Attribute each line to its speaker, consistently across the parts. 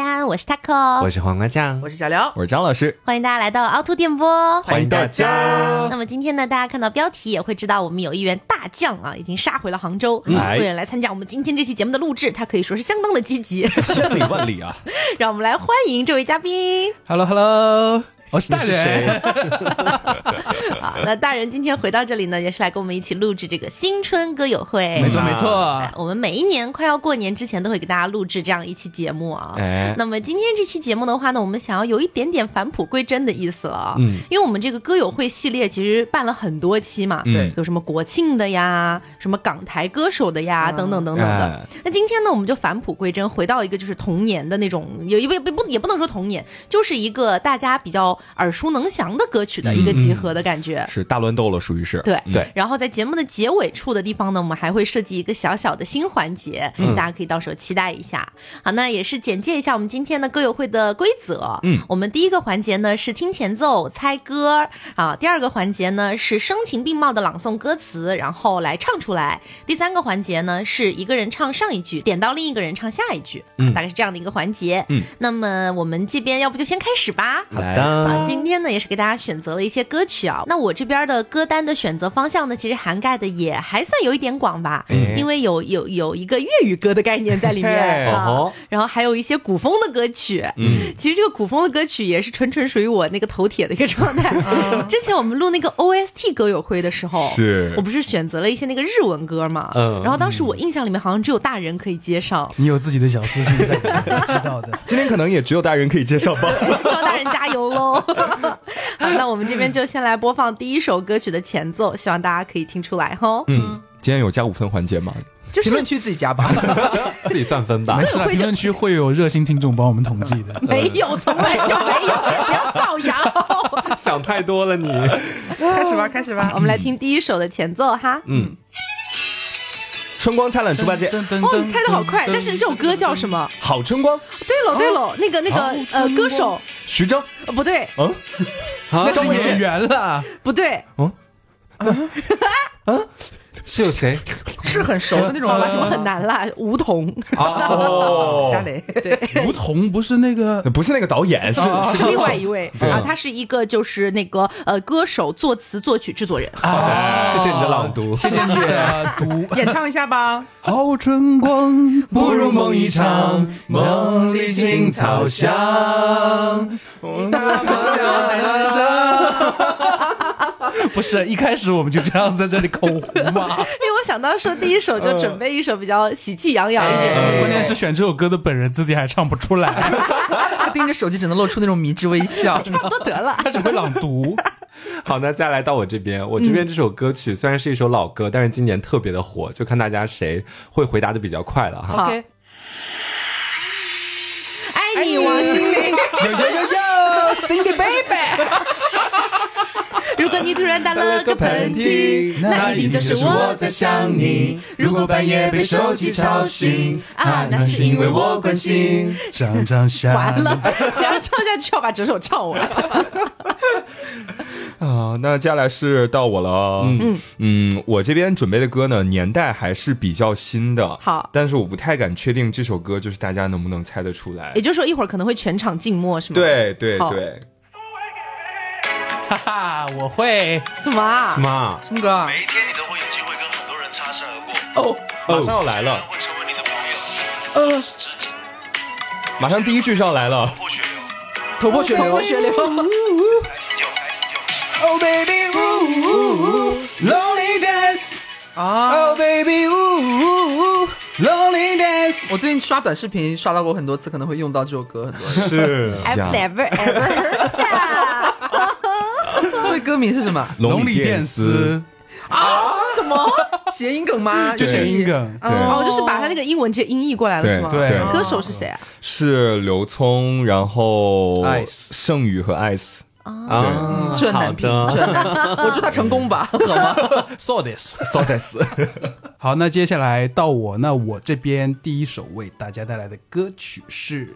Speaker 1: 安，我是 taco，
Speaker 2: 我是黄瓜酱
Speaker 3: 我，是小刘，
Speaker 4: 我是张老师，
Speaker 1: 欢迎大家来到凹凸电波。
Speaker 4: 欢迎大家。
Speaker 1: 那么今天呢，大家看到标题也会知道，我们有一员大将啊，已经杀回了杭州，
Speaker 4: 哎
Speaker 1: 为了来参加我们今天这期节目的录制，他可以说是相当的积 极。
Speaker 4: 千里万 里啊
Speaker 1: 让我们来欢迎这位嘉宾
Speaker 4: ！Hello Hello，我哦是
Speaker 2: 你
Speaker 4: 大
Speaker 2: 是谁
Speaker 4: 人。？
Speaker 1: 啊。那大人今天回到这里呢，也是来跟我们一起录制这个新春歌友会。
Speaker 4: 没错
Speaker 2: 嗯
Speaker 4: 没错
Speaker 1: 哎，我们每一年快要过年之前都会给大家录制这样一期节目啊。
Speaker 2: 哎，
Speaker 1: 那么今天这期节目的话呢，我们想要有一点点返璞归真的意思了，
Speaker 2: 嗯，
Speaker 1: 因为我们这个歌友会系列其实办了很多期嘛，
Speaker 2: 嗯
Speaker 3: 对
Speaker 1: 有什么国庆的呀，什么港台歌手的呀，
Speaker 3: 嗯
Speaker 1: 等等等等的。
Speaker 2: 哎
Speaker 1: 那今天呢，我们就返璞归真，回到一个就是童年的那种，也也不也不也不能说童年，就是一个大家比较耳熟能详的歌曲的
Speaker 2: 嗯
Speaker 1: 一个集合的感觉。
Speaker 4: 是大乱斗了，属于是。
Speaker 1: 嗯对
Speaker 2: 对
Speaker 1: 然后在节目的结尾处的地方呢，我们还会设计一个小小的新环节，大家可以到时候期待一下。好，那也是简介一下我们今天的歌友会的规则。嗯，我们第一个环节呢是听前奏猜歌啊，第二个环节呢是声情并茂的朗诵歌词，然后来唱出来。第三个环节呢是一个人唱上一句，点到另一个人唱下一句，嗯、大概是这样的一个环节。嗯，那么我们这边要不就先开始吧。
Speaker 2: 好
Speaker 4: 来
Speaker 1: 啊，
Speaker 2: 的，
Speaker 1: 今天呢也是给大家选择了一些歌曲啊。那我这边的歌单的选择方向呢，其实涵盖的也还算有一点广吧，
Speaker 2: 哎
Speaker 1: 因为有有有一个粤语歌的概念在里面
Speaker 2: 嘿哦
Speaker 1: 啊
Speaker 2: 吼，
Speaker 1: 然后还有一些古风的歌曲。嗯，其实这个古风的歌曲也是纯纯属于我那个头铁的一个状态。
Speaker 2: 嗯
Speaker 1: 之前我们录那个 OST 歌友会的时候，
Speaker 4: 是
Speaker 1: 我不是选择了一些那个日文歌嘛，
Speaker 2: 嗯
Speaker 1: 然后当时我印象里面好像只有大人可以接上，
Speaker 5: 你有自己的小私心在里面， 我知道的。
Speaker 4: 今天可能也只有大人可以介绍吧。
Speaker 1: 希望大人加油喽！好，那我们这边就先来播放第一首歌曲的前奏，希望大家可以听出来哈。
Speaker 4: 嗯，今天有加五分环节吗？
Speaker 1: 就是
Speaker 3: 评论区自己加吧。
Speaker 2: 自己算分吧
Speaker 5: 没。事啦，
Speaker 1: 会
Speaker 5: 啊评论区会有热心听众帮我们统计的。
Speaker 1: 没有，从来就没有，不要造谣。
Speaker 2: 想太多了你。
Speaker 3: 开始吧，开始吧
Speaker 1: 我。们来听第一首的前奏哈。
Speaker 2: 嗯，
Speaker 4: 春光灿烂猪八戒，
Speaker 5: 噔噔
Speaker 1: 哦，你猜的好快，但是这首歌叫什么？
Speaker 4: 好春光，
Speaker 1: 对喽，对喽，那个那
Speaker 4: 好
Speaker 1: 个呃，歌手
Speaker 4: 徐峥，
Speaker 1: 呃不对，
Speaker 4: 嗯，
Speaker 2: 那
Speaker 5: 是演员 了，
Speaker 1: 不对，
Speaker 2: 是有谁？
Speaker 3: 是很熟的那种吗？
Speaker 1: 什么很难啦，梧桐。
Speaker 2: 哦
Speaker 3: 大雷，
Speaker 5: 梧桐不是那 个
Speaker 4: 不是那个导演，是
Speaker 5: 哦
Speaker 1: 是另外一位
Speaker 4: 对
Speaker 1: 啊，他是一个就是那个呃歌手、作词、作曲、制作
Speaker 4: 哦
Speaker 1: 人。
Speaker 4: 啊
Speaker 2: 哎谢谢你的朗读。
Speaker 5: 谢谢你的读。
Speaker 3: 演唱一下吧。
Speaker 5: 好春光，不如梦一场，梦里青草香。 不是，一开始我们就这样在这里口胡嘛。
Speaker 1: 因为我想到说第一首就准备一首比较喜气洋洋一点的，
Speaker 5: 关键是选这首歌的本人自己还唱不出来，
Speaker 3: 他盯着手机，只能露出那种迷之微 笑。
Speaker 1: 差不多得了。
Speaker 5: 他只会朗 读。
Speaker 2: 好，那再来到我这边，
Speaker 1: 嗯
Speaker 2: 我这边这首歌曲虽然是一首老歌，但是今年特别的火，就看大家谁会回答的比较快了
Speaker 1: 好
Speaker 2: 哈。
Speaker 3: OK，
Speaker 1: 爱你王心凌，
Speaker 3: 有有有有，Cindy 哦 baby，
Speaker 1: 如果你突然打了个喷嚏，那一定就是我在想你。如果半夜被手机吵醒，啊，那是因为我关心。，
Speaker 5: 长长相。
Speaker 1: 完了，只要唱下去要把整首唱完。
Speaker 4: 啊，那接下来是到我了啊。嗯嗯，我这边准备的歌呢，年代还是比较新的。
Speaker 1: 好
Speaker 4: 但是我不太敢确定这首歌就是大家能不能猜得出来
Speaker 1: 也。就是说一会儿可能会全场静默，是吗？，
Speaker 4: 对对
Speaker 1: 好
Speaker 4: 对，
Speaker 5: 哈哈，我会。
Speaker 1: 什么啊？
Speaker 2: 妈，
Speaker 3: 什么歌？
Speaker 6: 每一天你都会有机会跟很多人擦身而过，
Speaker 3: 哦，
Speaker 4: 马上要来
Speaker 6: 他们
Speaker 4: 了，
Speaker 6: 会成为你的朋友、
Speaker 3: 呃，
Speaker 6: 知己、
Speaker 4: 马上第一句就要来了。
Speaker 6: 或血流。
Speaker 3: 头破血流，头破血流。
Speaker 4: Oh baby, ooh, lonely dance.
Speaker 1: Ah
Speaker 4: Oh,
Speaker 3: 啊，
Speaker 4: baby, ooh, lonely dance.
Speaker 3: 我最近刷短视频刷到过很多次，可能会用到这首歌很多 次。
Speaker 4: 是啊
Speaker 1: I've never ever heard that
Speaker 3: 所以歌名是什么？
Speaker 5: 龙里电丝，
Speaker 3: 什么谐音梗 吗？
Speaker 5: 就
Speaker 4: 谐
Speaker 5: 是
Speaker 4: 音
Speaker 5: 音梗。
Speaker 4: 对
Speaker 1: 哦，就是把他那个英文直接音译过来了，是吗？
Speaker 4: 对对
Speaker 1: 歌手是谁啊？
Speaker 4: 是刘聪，然后
Speaker 5: Ice
Speaker 4: 盛宇和 Ice。
Speaker 1: 哦
Speaker 2: 啊，
Speaker 3: 这难评，
Speaker 2: 好的
Speaker 3: 这难。我祝他成功 吧，好吗？
Speaker 5: So this。
Speaker 4: So that's
Speaker 5: 好，那接下来到我，那我这边第一首为大家带来的歌曲是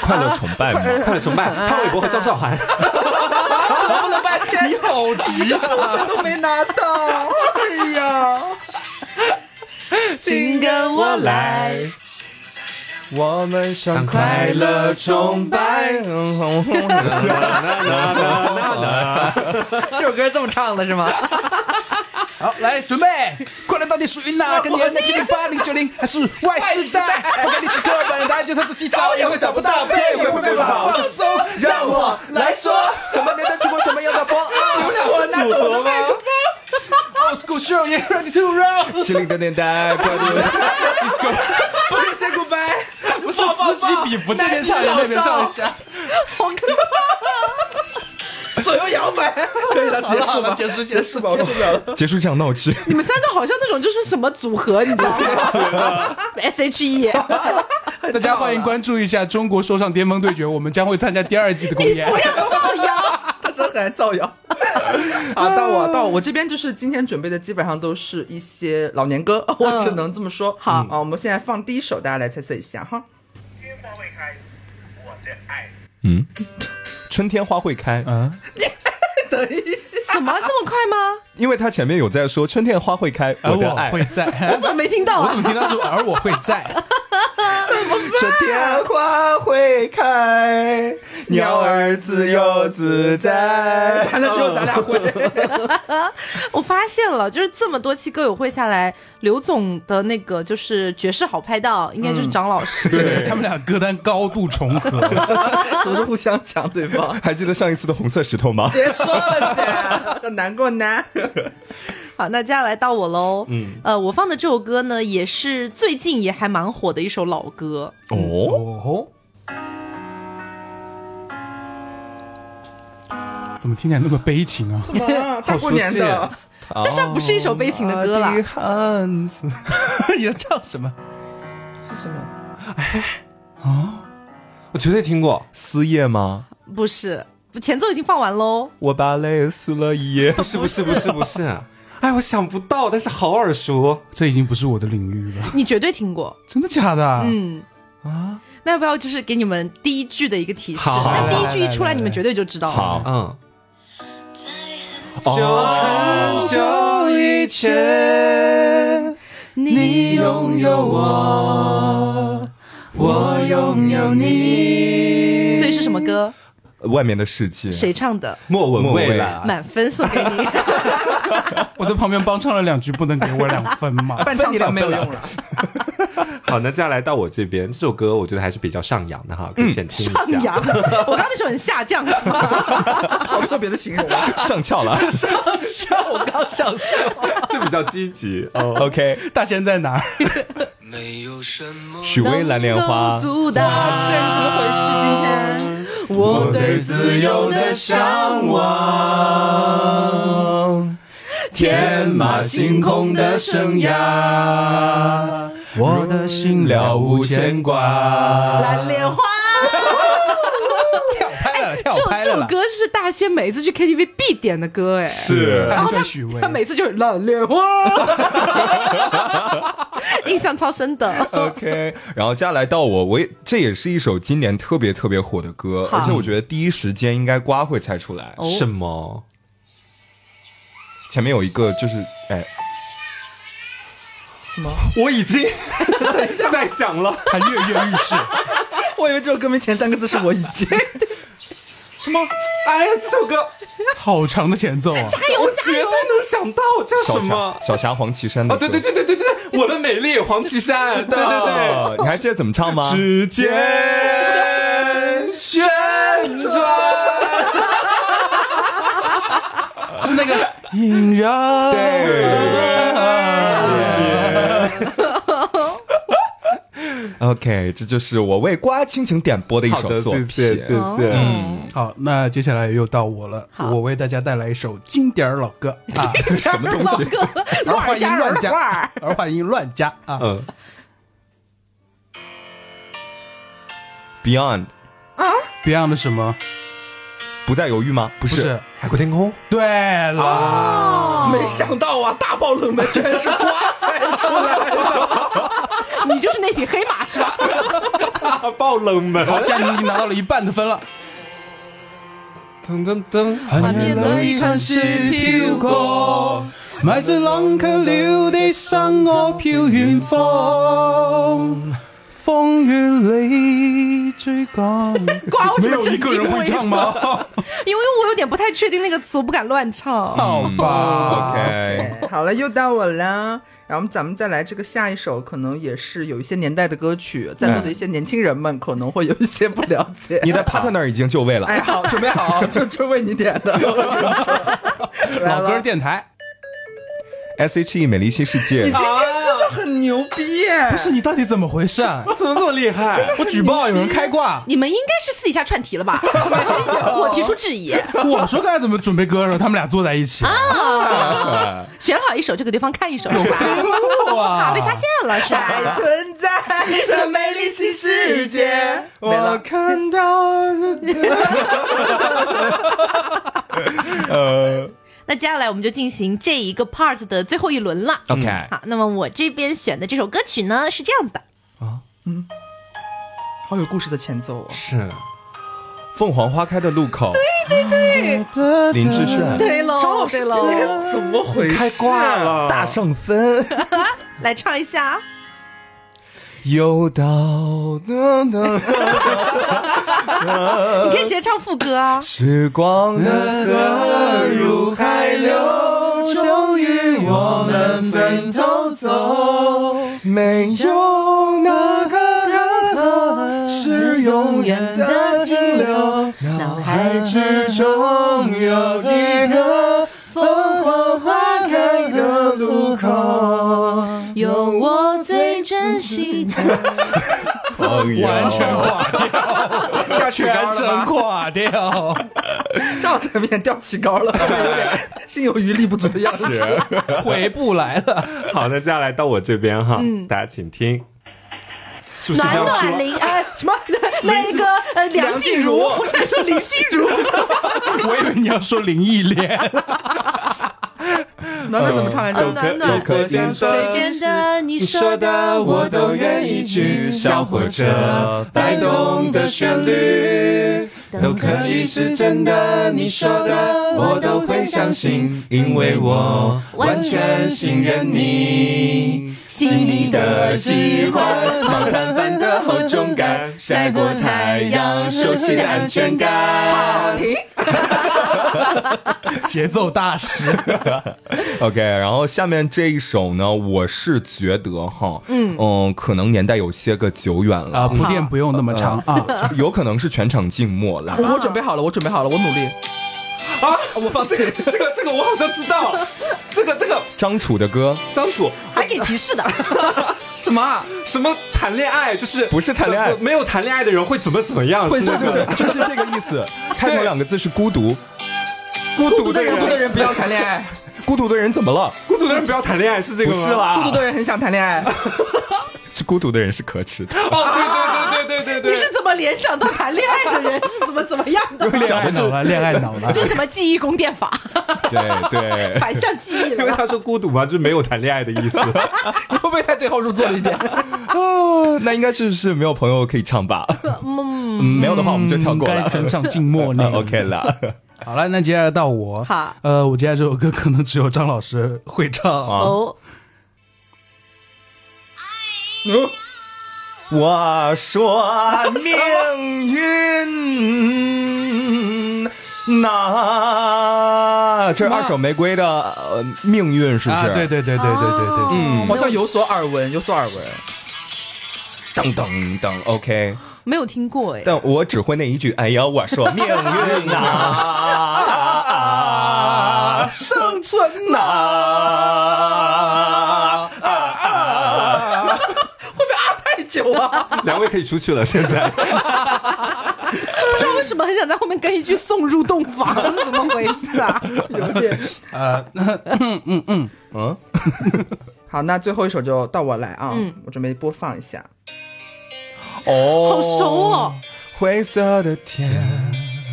Speaker 4: 快乐崇拜嘛。
Speaker 2: 快乐崇拜，潘玮柏和张韶涵。
Speaker 3: 我了半天，你好急啊，都没拿到。哎 呀，请跟我来。
Speaker 4: 我们向
Speaker 5: 快
Speaker 4: 乐崇拜。
Speaker 3: 这首歌是这么唱的，是吗？
Speaker 5: 好，来准备， 快乐到底属于哪个年代？七零八零九零还是哦外世代？我看历史课本，答案就算仔细找也会找不到，背也会背不好。放松，让我来说，什么年代出过什么样的风啊？ 我拿着我的麦克风。Old school show, yeah, ready to roll。
Speaker 4: 七零的年代，不要丢人
Speaker 3: 不可以 say goodbye。
Speaker 4: 不是此起彼伏，这边唱一下，那边唱一下。
Speaker 3: 左右摇摆，可以了，结束吧，结束，结束吧，我受不了了。
Speaker 4: 结束这场闹剧，
Speaker 7: 你们三个好像那种就是什么组合，你知道 吗？S H E，
Speaker 5: 大家欢迎关注一下中国说唱巅峰对决，我们将会参加第二季的公演。
Speaker 3: 他真很爱造谣。 啊，到我到我我这边就是今天准备的基本上都是一些老年 歌，我只能这么说。嗯好嗯啊，我们现在放第一首，大家来猜测一下哈。
Speaker 4: 春天花会开，
Speaker 5: 嗯，
Speaker 3: 等一下，
Speaker 1: 什么这么快吗？
Speaker 4: 因为他前面有在说春天花会开，
Speaker 5: 而
Speaker 4: 我的
Speaker 5: 啊我
Speaker 4: 爱。
Speaker 5: 会在，我
Speaker 1: 怎么没听到啊？
Speaker 5: 怎么听到是而我会 在？
Speaker 4: 春天花会开，鸟儿自由自在。
Speaker 3: 完了之后咱俩会。
Speaker 1: 我发现了，就是这么多期歌友会下来，刘总的那个就是爵士好拍档，应该就是张老师。
Speaker 5: 对他们俩歌单高度重合，
Speaker 3: 总是互相抢对方。
Speaker 4: 还记得上一次的红色石头吗？
Speaker 3: 别说了，姐，很难过呢。
Speaker 1: 好，那接下来到我喽。嗯，呃，我放的这首歌呢，也是最近也还蛮火的一首老歌。
Speaker 4: 哦，
Speaker 5: 哦，怎么听起来那么悲情 啊？
Speaker 3: 大过年的，
Speaker 1: 但是它不是一首悲情的歌
Speaker 4: 啊
Speaker 1: 啦，
Speaker 4: 哦
Speaker 5: 汉子也唱什么？
Speaker 3: 是什么？
Speaker 2: 我绝对听 过，
Speaker 4: 撕夜吗？
Speaker 1: 不是前奏已经放完喽。
Speaker 4: 我把泪撕了一夜。
Speaker 2: 不是不是不是不是，哎，我想不到，但是好耳熟。
Speaker 5: 这已经不是我的领域了，
Speaker 1: 你绝对听过。
Speaker 5: 真的假的？嗯，
Speaker 1: 那要不要就是给你们第一句的一个提示？
Speaker 2: 好
Speaker 1: 那第一句一
Speaker 5: 来
Speaker 1: 出来，
Speaker 5: 来
Speaker 1: 你们绝对就知道了。
Speaker 4: 好，
Speaker 2: 嗯，
Speaker 4: 哦，
Speaker 2: 久以前，
Speaker 1: 你
Speaker 2: 拥有我，我拥有你。
Speaker 1: 所以是什么歌？
Speaker 4: 外面的世界，
Speaker 1: 谁唱的？
Speaker 2: 莫文蔚啦，
Speaker 1: 满分送给你。
Speaker 5: 我在旁边帮唱了两句，不能给我两分吗？
Speaker 3: 半场都没有用了。
Speaker 2: 好，那接下来到我这边，这首歌我觉得还是比较上扬的哈，可以先听一下。
Speaker 1: 上扬，我刚刚那首很下降是吗？
Speaker 3: 好特别的形容啊！
Speaker 4: 上翘了
Speaker 2: 就比较积极。
Speaker 4: 哦？OK，
Speaker 5: 大仙在哪儿？
Speaker 4: 许巍蓝莲花
Speaker 1: 能够，阻挡
Speaker 3: 现在怎么回事？今天
Speaker 1: 我对自由的向
Speaker 4: 往，天马行空的生涯，我的心了无牵挂。
Speaker 7: 蓝莲花，
Speaker 5: 跳拍了，
Speaker 4: 哎
Speaker 5: 跳
Speaker 1: 哎这
Speaker 5: 拍
Speaker 1: 这
Speaker 5: 了
Speaker 1: 首
Speaker 5: 啦。
Speaker 1: 歌是大仙每次去 KTV 必点的歌哎，
Speaker 4: 是，
Speaker 5: 他很喜欢许巍
Speaker 1: 他。每次就是蓝莲花，印象超深的。
Speaker 4: OK，然后接下来到我，我也这也是一首今年特别特别火的歌，
Speaker 1: 好哦
Speaker 4: 而且我觉得第一时间应该瓜会猜出来。
Speaker 2: 哦什么？
Speaker 4: 前面有一个就是，哎，
Speaker 3: 什么？
Speaker 4: 我已经
Speaker 2: 现在想 了，
Speaker 5: 他跃跃欲试，
Speaker 3: 我以为这首歌名前三个字是我已经。
Speaker 2: 什么？哎呀，这首歌
Speaker 5: 好长的前奏啊！
Speaker 2: 我绝对能想到，叫
Speaker 4: 小
Speaker 2: 什
Speaker 4: 霞
Speaker 2: 么？
Speaker 4: 小霞黄绮珊的
Speaker 2: 哦，对
Speaker 4: 歌
Speaker 2: 对，对对对对，我的美丽黄绮珊，对对对，
Speaker 4: 哦你还记得怎么唱吗？
Speaker 2: 指尖旋转，
Speaker 5: 是那个萦绕。
Speaker 1: 哦
Speaker 4: OK，这就是我为瓜亲情点播的一
Speaker 2: 好
Speaker 4: 首
Speaker 2: 的，
Speaker 4: 作
Speaker 2: 谢
Speaker 4: 品。嗯
Speaker 2: 谢谢谢。
Speaker 5: 好，那接下来又到我了，
Speaker 1: 好
Speaker 5: 我为大家带来一首经典儿老歌 啊，
Speaker 4: 什么东西？
Speaker 1: 乱
Speaker 5: 儿化音
Speaker 1: 加
Speaker 5: 乱
Speaker 1: 乱
Speaker 5: 加，儿化音乱加啊！
Speaker 2: 嗯，
Speaker 4: Beyond
Speaker 5: Beyond 的什么？
Speaker 4: 不再犹豫吗？不
Speaker 5: 不
Speaker 4: 是，
Speaker 5: 是，
Speaker 2: 海阔天空，
Speaker 5: 对了，
Speaker 3: 没想到啊，大爆冷门居然是瓜菜。
Speaker 1: 你就是那匹黑马是吧？
Speaker 2: 大爆冷门，
Speaker 5: 好，现在你已经拿到了一半的分了。
Speaker 2: 噔噔噔，
Speaker 5: 寒夜里看雪飄過，埋在冷卻了的生我飄遠方。風雨追赶。
Speaker 7: 瓜，为
Speaker 4: 没
Speaker 7: 什么
Speaker 4: 有一
Speaker 7: 整
Speaker 4: 个
Speaker 7: 齐
Speaker 4: 人
Speaker 7: 规
Speaker 4: 会
Speaker 7: 则？
Speaker 4: 唱 吗
Speaker 7: 因为我有点不太确定那个词，我不敢乱
Speaker 1: 哦
Speaker 7: 唱。
Speaker 5: 好
Speaker 2: 嗯
Speaker 5: 吧，
Speaker 4: ？OK，
Speaker 3: 好了，又到我了。然后咱们再来这个下一首，可能也是有一些年代的歌曲，在座的一些年轻人们可能会有一些不了解。
Speaker 4: 你的 partner 已经就位了。
Speaker 3: 哎，好，准备好，就 就为你点的。我跟你说，来
Speaker 5: 老歌
Speaker 3: 了，
Speaker 5: 电台
Speaker 4: S.H.E E 美丽新世
Speaker 3: 你
Speaker 4: 界
Speaker 3: 今，天真的很牛逼耶！
Speaker 5: 不是你到底怎么回事啊？
Speaker 2: 怎么这么厉害？
Speaker 5: 我举报有人开挂。
Speaker 7: 你们应该是私底下串题了吧？我提出质疑，
Speaker 5: 我说刚才怎么准备歌的时候，他们俩坐在一起，
Speaker 2: 啊
Speaker 7: 选好一首就给对方看一首，是吧？ 啊，被发现了是
Speaker 3: 还
Speaker 1: 啊
Speaker 7: 吧？
Speaker 3: 存在这美丽新世界。没了，
Speaker 5: 看到
Speaker 4: 呃，
Speaker 1: 那接下来我们就进行这一个 part 的最后一轮了。嗯
Speaker 2: OK，
Speaker 1: 好，那么我这边选的这首歌曲呢是这样子的，
Speaker 3: 好有故事的前奏哦。
Speaker 2: 是
Speaker 4: 凤凰花开的路口，对对对，林志炫
Speaker 7: 对喽，
Speaker 3: 张老师
Speaker 7: 对
Speaker 3: 今
Speaker 7: 喽，
Speaker 3: 天怎么回事？
Speaker 2: 开挂了，
Speaker 4: 大上分。
Speaker 1: 来唱一下啊。
Speaker 4: 又到的的呃
Speaker 7: 你可以直接唱副歌啊。
Speaker 4: 时光的河入海流，终于我们分头走。没有哪个河是永远的停留，脑海之中有一个凤凰花开的路口。
Speaker 1: 有我最珍惜的。
Speaker 4: 完全垮掉，全程垮掉。
Speaker 3: 赵这个面吊起高了，有点 心有余力不足的样子。
Speaker 5: 回不来了。
Speaker 2: 好，那接下来到我这边哈，大家请听。是不是
Speaker 7: 暖
Speaker 2: 要
Speaker 7: 暖
Speaker 2: 说？
Speaker 7: 林呃什么那个呃梁静茹， 我差点说林心如，
Speaker 5: 我以为你要说林忆莲，
Speaker 3: 暖暖怎么唱来着？
Speaker 4: 可有可能
Speaker 1: 最简单，你说的
Speaker 4: 我都愿意去。小火车摆动的旋律，都可以是真的。你说的我都会相信，因为我完全信任你。细腻的喜欢，毛毯般的厚重感，晒过太 阳，熟悉的安全感。
Speaker 3: 停，
Speaker 5: 节奏大师。
Speaker 4: OK，然后下面这一首呢，我是觉得哈，嗯可能年代有些个久远了
Speaker 5: 啊，铺垫不用那么长啊。
Speaker 4: 有可能是全场静默啦。
Speaker 3: 我准备好了，我准备好了，我努力。啊！我放弃这个，这个我好像知道，这个这个
Speaker 4: 张楚的歌
Speaker 2: 张楚
Speaker 7: 还给提示的，
Speaker 3: 什么啊？
Speaker 2: 什么谈恋爱？就是
Speaker 4: 不是谈恋爱
Speaker 2: 没有谈恋爱的人会怎么怎么样？
Speaker 4: 对
Speaker 2: 是那
Speaker 4: 对
Speaker 2: 个
Speaker 4: 对， 就是这个意思。开头两个字是孤独，
Speaker 2: 孤独的
Speaker 3: 孤独的
Speaker 2: 人，
Speaker 3: 人不要谈恋 爱，
Speaker 4: 孤独的人怎么了？
Speaker 2: 孤独的人不要谈恋爱，是这个吗？
Speaker 4: 不是啦
Speaker 3: 孤独的人很想谈恋 爱。
Speaker 4: 是孤独的人是可耻的，
Speaker 2: 哦，对对对对对对，
Speaker 7: 你是怎么联想到谈恋爱的人是怎么怎么样 的？
Speaker 5: 恋爱脑了，恋爱脑 了
Speaker 7: 这。是什么记忆宫殿法？
Speaker 4: 对
Speaker 1: 哎
Speaker 4: 对。
Speaker 7: 反向记忆
Speaker 2: 因为
Speaker 7: 了。
Speaker 2: 他说孤独嘛，就是没有谈恋爱的 意思。
Speaker 3: 你会不会太对号入座了一点？
Speaker 4: 哦，那应该是是没有朋友可以唱吧？嗯，没有的话我们就跳过
Speaker 5: 嗯该
Speaker 4: 了。
Speaker 5: 登上静默
Speaker 4: 啊
Speaker 5: 那
Speaker 4: OK 了，
Speaker 5: 好了，那接下来到我。
Speaker 7: 好，
Speaker 5: 呃，我接下来这首歌可能只有张老师会唱。
Speaker 1: 啊
Speaker 7: 哦，
Speaker 4: 我说命运，那这是二手玫瑰的呃命运是不
Speaker 5: 啊，
Speaker 4: 是？
Speaker 5: 对对对对对对
Speaker 4: 哦
Speaker 5: 对，
Speaker 3: 嗯，好像有所耳闻，有所耳闻。啊
Speaker 4: 噔噔噔，OK。
Speaker 7: 没有听过哎，
Speaker 4: 但我只会那一句，哎呀，我说命运啊，生存啊。
Speaker 3: 太久啊！
Speaker 2: 两位可以出去了，现在。
Speaker 7: 不知道为什么很想在后面跟一句“送入洞房”， 怎么回事 啊？
Speaker 3: 好，那最后一首就到我来啊，我准备播放一下。
Speaker 4: 哦，
Speaker 7: 好熟哦，
Speaker 4: 灰色的天，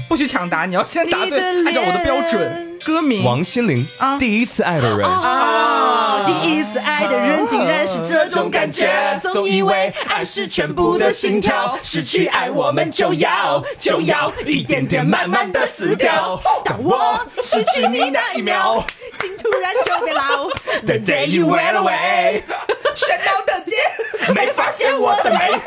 Speaker 3: 不许抢答，你要先答
Speaker 7: 你的
Speaker 3: 对，按照我的标准。歌
Speaker 7: 嗯
Speaker 3: 名
Speaker 4: 王心凌，第一次爱的
Speaker 7: 哦
Speaker 4: 人。
Speaker 7: 啊！第一次爱的人竟然是这种感觉，总以为爱是全部的心跳，失去爱我们就要就要一点点慢慢的死掉。
Speaker 4: 哦
Speaker 7: 当我失去你那一秒，心突然就会老。The day you went away，
Speaker 3: 神刀 等级，
Speaker 7: 没发现我的美，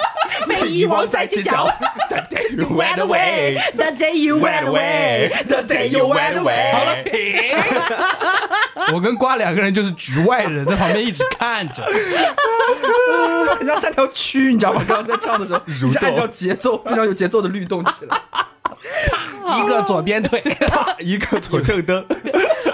Speaker 7: 被遗忘在街角。The day you went away, the day you went away, the day you went away。好了，
Speaker 5: 嗯我跟瓜两个人就是局外人，在旁边一直看着。
Speaker 3: 很像三条蛆，你知道吗？刚刚在唱的时候，是按照节奏非常有节奏的律动起 来。
Speaker 4: 哦
Speaker 5: 一个左边腿，
Speaker 2: 一个左正灯，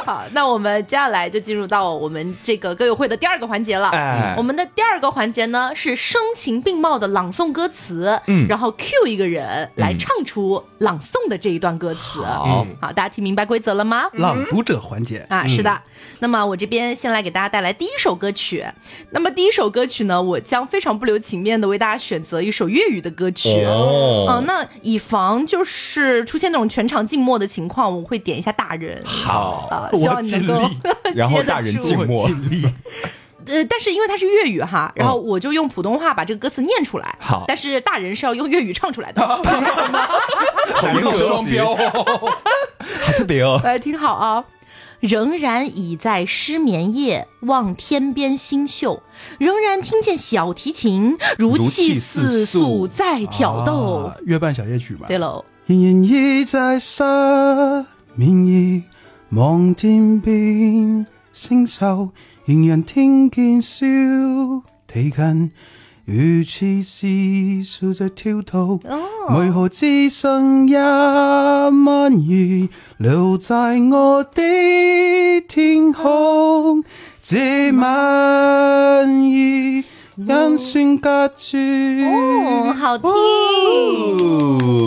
Speaker 1: 好，那我们接下来就进入到我们这个歌友会的第二个环节了。
Speaker 2: 哎
Speaker 1: 我们的第二个环节呢是声情并茂的朗诵歌词，嗯，然后 Q 一个人来唱出朗诵的这一段歌词。好，好，大家听明白规则了吗？
Speaker 5: 朗读者环节，
Speaker 1: 啊，是的。那么我这边先来给大家带来第一首歌曲。那么第一首歌曲呢，我将非常不留情面的为大家选择一首粤语的歌曲。哦，嗯、那以防就是出现那种全场静默的情况，我会点一下大人。
Speaker 2: 好，
Speaker 1: 啊，希望你能够
Speaker 5: 我 尽
Speaker 2: 然后
Speaker 1: 接得
Speaker 2: 大人
Speaker 1: 住
Speaker 2: 静默，
Speaker 5: 力。
Speaker 1: 呃，但是因为它是粤语哈，然后我就用普通话把这个歌词念出来。
Speaker 2: 好
Speaker 1: 但是大人是要用粤语唱出来的。
Speaker 2: 好英雄
Speaker 5: 双标，
Speaker 2: 好特别哦。
Speaker 1: 来，听好啊。仍然倚在失眠夜，望天边星宿，仍然听见小提琴如
Speaker 2: 如
Speaker 1: 泣
Speaker 2: 泣
Speaker 1: 似
Speaker 2: 似
Speaker 1: 诉
Speaker 2: 诉
Speaker 1: 在挑
Speaker 4: 哦
Speaker 1: 逗。
Speaker 5: 啊月半小夜曲吧。
Speaker 1: 对喽，
Speaker 5: 仍然倚在失眠夜，望天边星宿，仍然听见小提琴如痴似笑在挑逗。为何只剩一晚月留在我的天空？这晚月因算隔绝。哦
Speaker 1: 嗯，好听。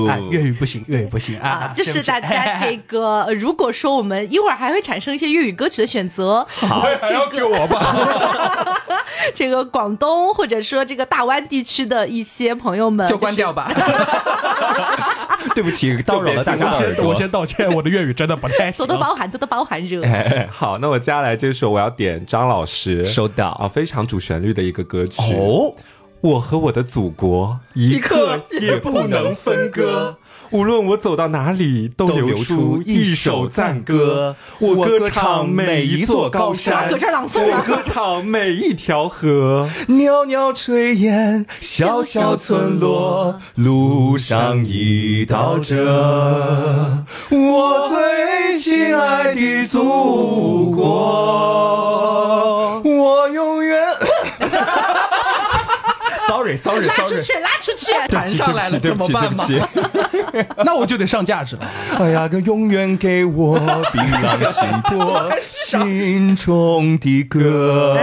Speaker 5: 哎，粤语不行，粤语不行啊
Speaker 1: 啊，！就是大家这个，呃如果说我们一会儿还会产生一些粤语歌曲的选择，好，这个我吧，这个广东或者说这个大湾地区的一些朋友
Speaker 7: 啊
Speaker 1: 们，
Speaker 3: 就关掉吧。
Speaker 2: 对不起，叨扰了大家耳朵。
Speaker 5: 道歉，我的粤语真的不太
Speaker 1: 多多包涵，多多包涵热。
Speaker 2: 哎， 好，那我接下来这首我要点张老师，
Speaker 5: 收到
Speaker 2: 啊，非常主旋律的一个歌曲。
Speaker 5: 哦，
Speaker 2: 我和我的祖国一刻也不能分割。无论我走到哪里，都流出一首赞歌。我歌唱每一座高山，
Speaker 1: 我搁这儿朗诵呢
Speaker 2: 我歌唱每一条河。
Speaker 4: 袅袅炊烟，小小村落，路上已到这。我最亲爱的祖国，我永 远
Speaker 2: Sorry，Sorry，Sorry，
Speaker 1: 拉出去，拉出去！
Speaker 2: 对不起，
Speaker 3: 弹上来了
Speaker 2: 对不起，
Speaker 3: 怎么办
Speaker 2: 对不
Speaker 3: 嘛
Speaker 2: 起，对不起。
Speaker 5: 那我就得上价值了。
Speaker 4: 哎呀，哥永远给我槟榔心波，心中的歌。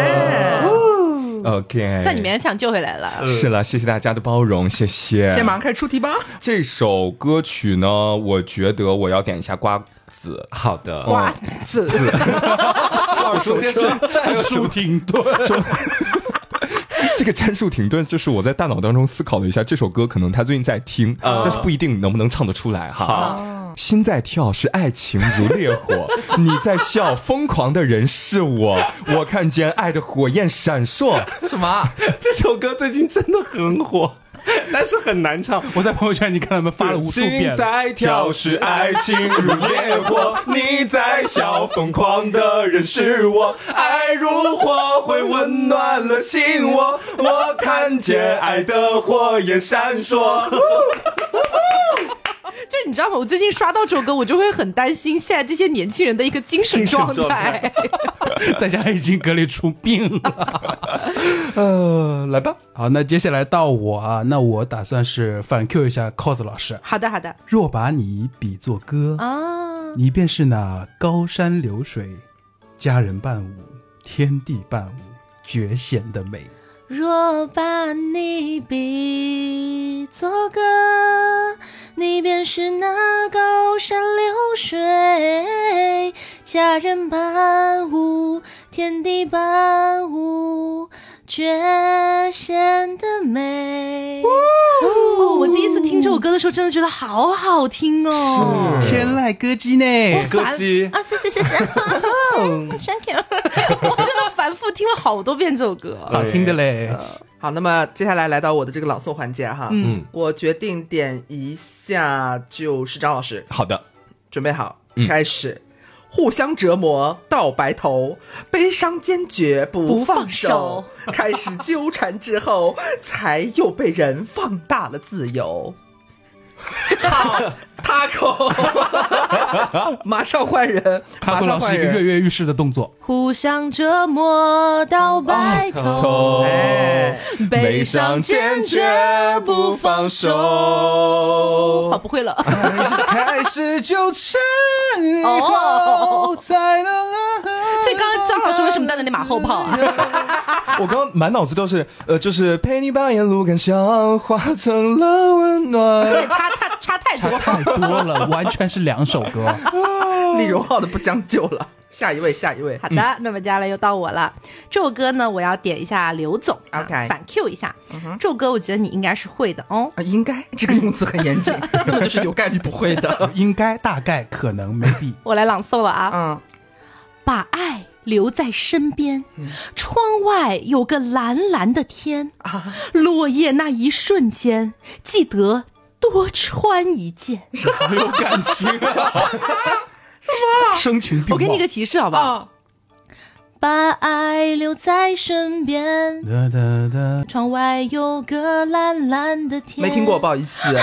Speaker 4: OK，
Speaker 3: 哎
Speaker 1: 算你勉强救回来了。
Speaker 4: 是了，谢谢大家的包容，谢谢。
Speaker 3: 现在马上开始出题吧。
Speaker 4: 这首歌曲呢，我觉得我要点一下瓜子。
Speaker 2: 好的，
Speaker 1: 瓜子，
Speaker 2: 二中间是
Speaker 5: 战术停顿，
Speaker 4: 这个战术停顿，就是我在大脑当中思考了一下，这首歌可能他最近在听，
Speaker 5: 啊
Speaker 4: 但是不一定能不能唱得出来哈。心在跳，是爱情如烈 火；你在笑，疯狂的人是我。我看见爱的火焰闪烁。
Speaker 3: 什么？
Speaker 2: 这首歌最近真的很火，但是很难唱。
Speaker 5: 我在朋友圈已经看他们发了无数遍
Speaker 2: 心
Speaker 5: 了。
Speaker 2: 在跳是爱情如烈火，你在笑，疯狂的人是我。爱如火，会温暖了心窝。我看见爱的火焰闪烁。
Speaker 1: 就是你知道吗？我最近刷到这首歌，我就会很担心现在这些年轻人的一个精神状态。
Speaker 5: 在家已经隔离出病 了。
Speaker 4: 呃，来吧，
Speaker 5: 好，那接下来到我啊，那我打算是反 Q 一下 cos 老师。
Speaker 1: 好的，好的
Speaker 5: 若把你比作歌，
Speaker 1: 啊，
Speaker 5: 你便是那高山流水，佳人伴舞，天地伴舞，绝弦的美。
Speaker 1: 若把你比作歌，你便是那高山流水，佳人伴舞，天地伴舞，绝弦的美。哦，我第一次听这首歌的时候，真的觉得好好听哦。
Speaker 5: 天籁歌姬呢？
Speaker 2: 嗯歌姬
Speaker 1: 啊，谢谢谢 谢，thank you，我真的反复听了好多遍这首歌。
Speaker 5: 好听的嘞。
Speaker 3: 好，那么接下来来到我的这个朗诵环节哈。嗯，我决定点一下，就是张老师，
Speaker 4: 好的，
Speaker 5: 嗯
Speaker 3: 准备好，开始。互相折磨到白头，悲伤坚决不放手， 开始纠缠之后，才又被人放大了自由。好，Taco，马上换人，马
Speaker 5: 帕克
Speaker 3: 上
Speaker 5: 老师
Speaker 3: 换
Speaker 5: 一个跃
Speaker 3: 人。
Speaker 5: 跃欲试的动作，
Speaker 1: 互相折磨到白头，
Speaker 3: 哎，
Speaker 1: 悲伤坚决不放手。好，不会了。
Speaker 5: 开始纠缠以
Speaker 1: 哦
Speaker 5: 后才能安
Speaker 1: 所以刚刚张老师为什么在那里马后炮啊？
Speaker 4: 我刚刚满脑子都是，呃，就是陪你把沿路感伤化成了温暖。
Speaker 1: 对， 差太差太多。
Speaker 5: 太多了，完全是两首歌。
Speaker 3: 李荣浩的不将就了。下一位，下一位
Speaker 1: 好，的，那么接下来又到我了。这首歌呢，我要点一下刘总啊
Speaker 3: OK
Speaker 1: 反 Q 一下。这首歌我觉得你应该是会的哦。
Speaker 3: 啊，应该这个用词很 严谨，那么就是有概率不会 的。
Speaker 5: 应该、大概、可能、maybe，
Speaker 1: 我来朗诵了啊。
Speaker 3: 嗯，
Speaker 1: 把爱留在身边，
Speaker 3: 嗯
Speaker 1: 窗外有个蓝蓝的天，
Speaker 3: 啊
Speaker 1: 落叶那一瞬间，记得多穿一件。
Speaker 5: 好有感情啊！什么？声情并茂。
Speaker 1: 我给你个提示，好不好？
Speaker 3: 哦
Speaker 1: 把爱留在身边，
Speaker 5: 哒哒哒，
Speaker 1: 窗外有个蓝蓝的天。
Speaker 3: 没听过，不？好意思。天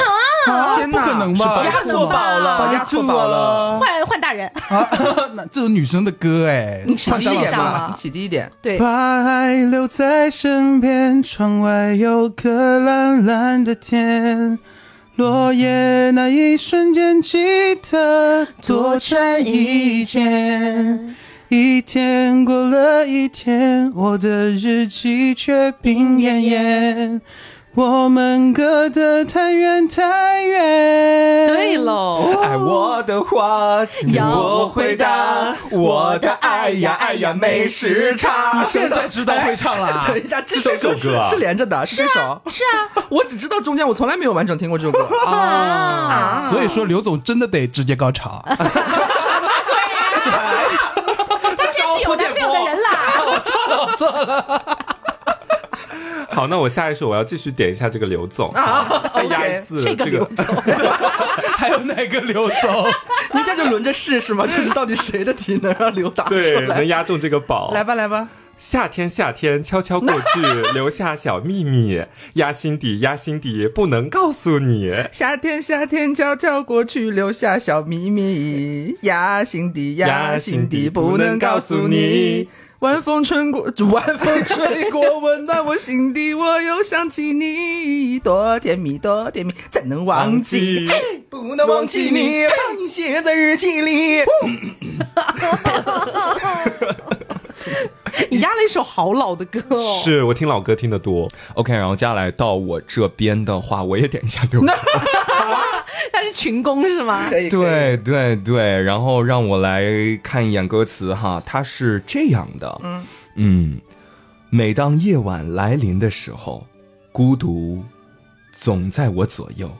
Speaker 5: 不
Speaker 3: 哪，
Speaker 5: 可能吧？
Speaker 3: 压错宝了，
Speaker 5: 啊
Speaker 3: 压错宝了。
Speaker 1: 换换大人，
Speaker 5: 那这是女生的歌哎。
Speaker 3: 你起低一
Speaker 1: 你试一
Speaker 3: 点
Speaker 1: 下
Speaker 3: 嘛，
Speaker 1: 嘛
Speaker 3: 你起低一点。
Speaker 1: 对，
Speaker 5: 把爱留在身边，窗外有个蓝蓝的天。落叶那一瞬间，记得多穿一件。一天过了一天，我的日记却病恹恹。我们隔得太远太远。
Speaker 1: 对喽。
Speaker 4: 爱我的话，你
Speaker 1: 要
Speaker 4: 我回答。我的爱呀爱呀，没时差。
Speaker 5: 现在知道会唱
Speaker 4: 啊
Speaker 5: 啦
Speaker 3: 等一下，这首歌
Speaker 4: 这首
Speaker 3: 啊是
Speaker 4: 歌啊
Speaker 3: 是连着的，是这首。
Speaker 1: 是啊，
Speaker 3: 我只知道中间，我从来没有完整听过这首歌。
Speaker 5: 啊！所以说，刘总真的得直接高潮。啊
Speaker 1: 他现在是有男朋友的人啦。
Speaker 2: 好，那我下一首我要继续点一下这个刘总，再压一
Speaker 3: 啊 OK，
Speaker 2: 次
Speaker 1: 这个刘
Speaker 5: 还有哪个刘总？
Speaker 3: 你现在就轮着试是吗？ 就是到底谁的题能让刘打出
Speaker 2: 对，能
Speaker 3: 来？
Speaker 2: 压中这个宝。
Speaker 3: 来吧，来吧，
Speaker 2: 夏天，夏天，悄悄过 去，留下小秘密，压心底，压心底，不能告诉你。
Speaker 3: 夏天，夏天悄悄过去，留下小秘密，压心底，压心底，不能告诉你。晚风吹过，晚风吹过，温暖我心底，我又想起你，多甜蜜，多甜蜜，怎能忘记？
Speaker 4: 不能忘记你，把你写在日记里。
Speaker 1: 你压了一首好老的歌哦。
Speaker 2: 是我听老歌听得多，
Speaker 4: OK，然后接下来到我这边的话，我也点一下刘总。
Speaker 1: 他是群攻是吗？
Speaker 3: 可以，
Speaker 4: 对对对，然后让我来看一眼歌词哈，它是这样的，嗯每当夜晚来临的时候，孤独总在我左右，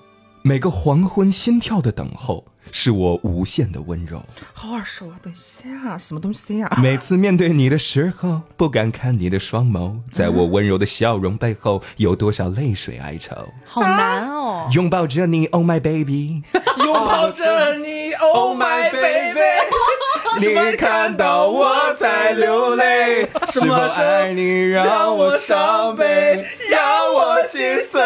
Speaker 4: 每个黄昏心跳的等候是我无限的温 柔。
Speaker 3: 好耳熟啊！等一下，什么东西啊呀、
Speaker 4: 每次面对你的时候，不敢看你的双眸，在我温柔的笑容背后，有多少泪水哀愁？
Speaker 1: 好难哦。
Speaker 4: 拥抱着你，Oh my baby。
Speaker 3: 拥抱着你，Oh my baby，
Speaker 4: 你看到我在流泪，是否爱你让我伤悲，让我心碎？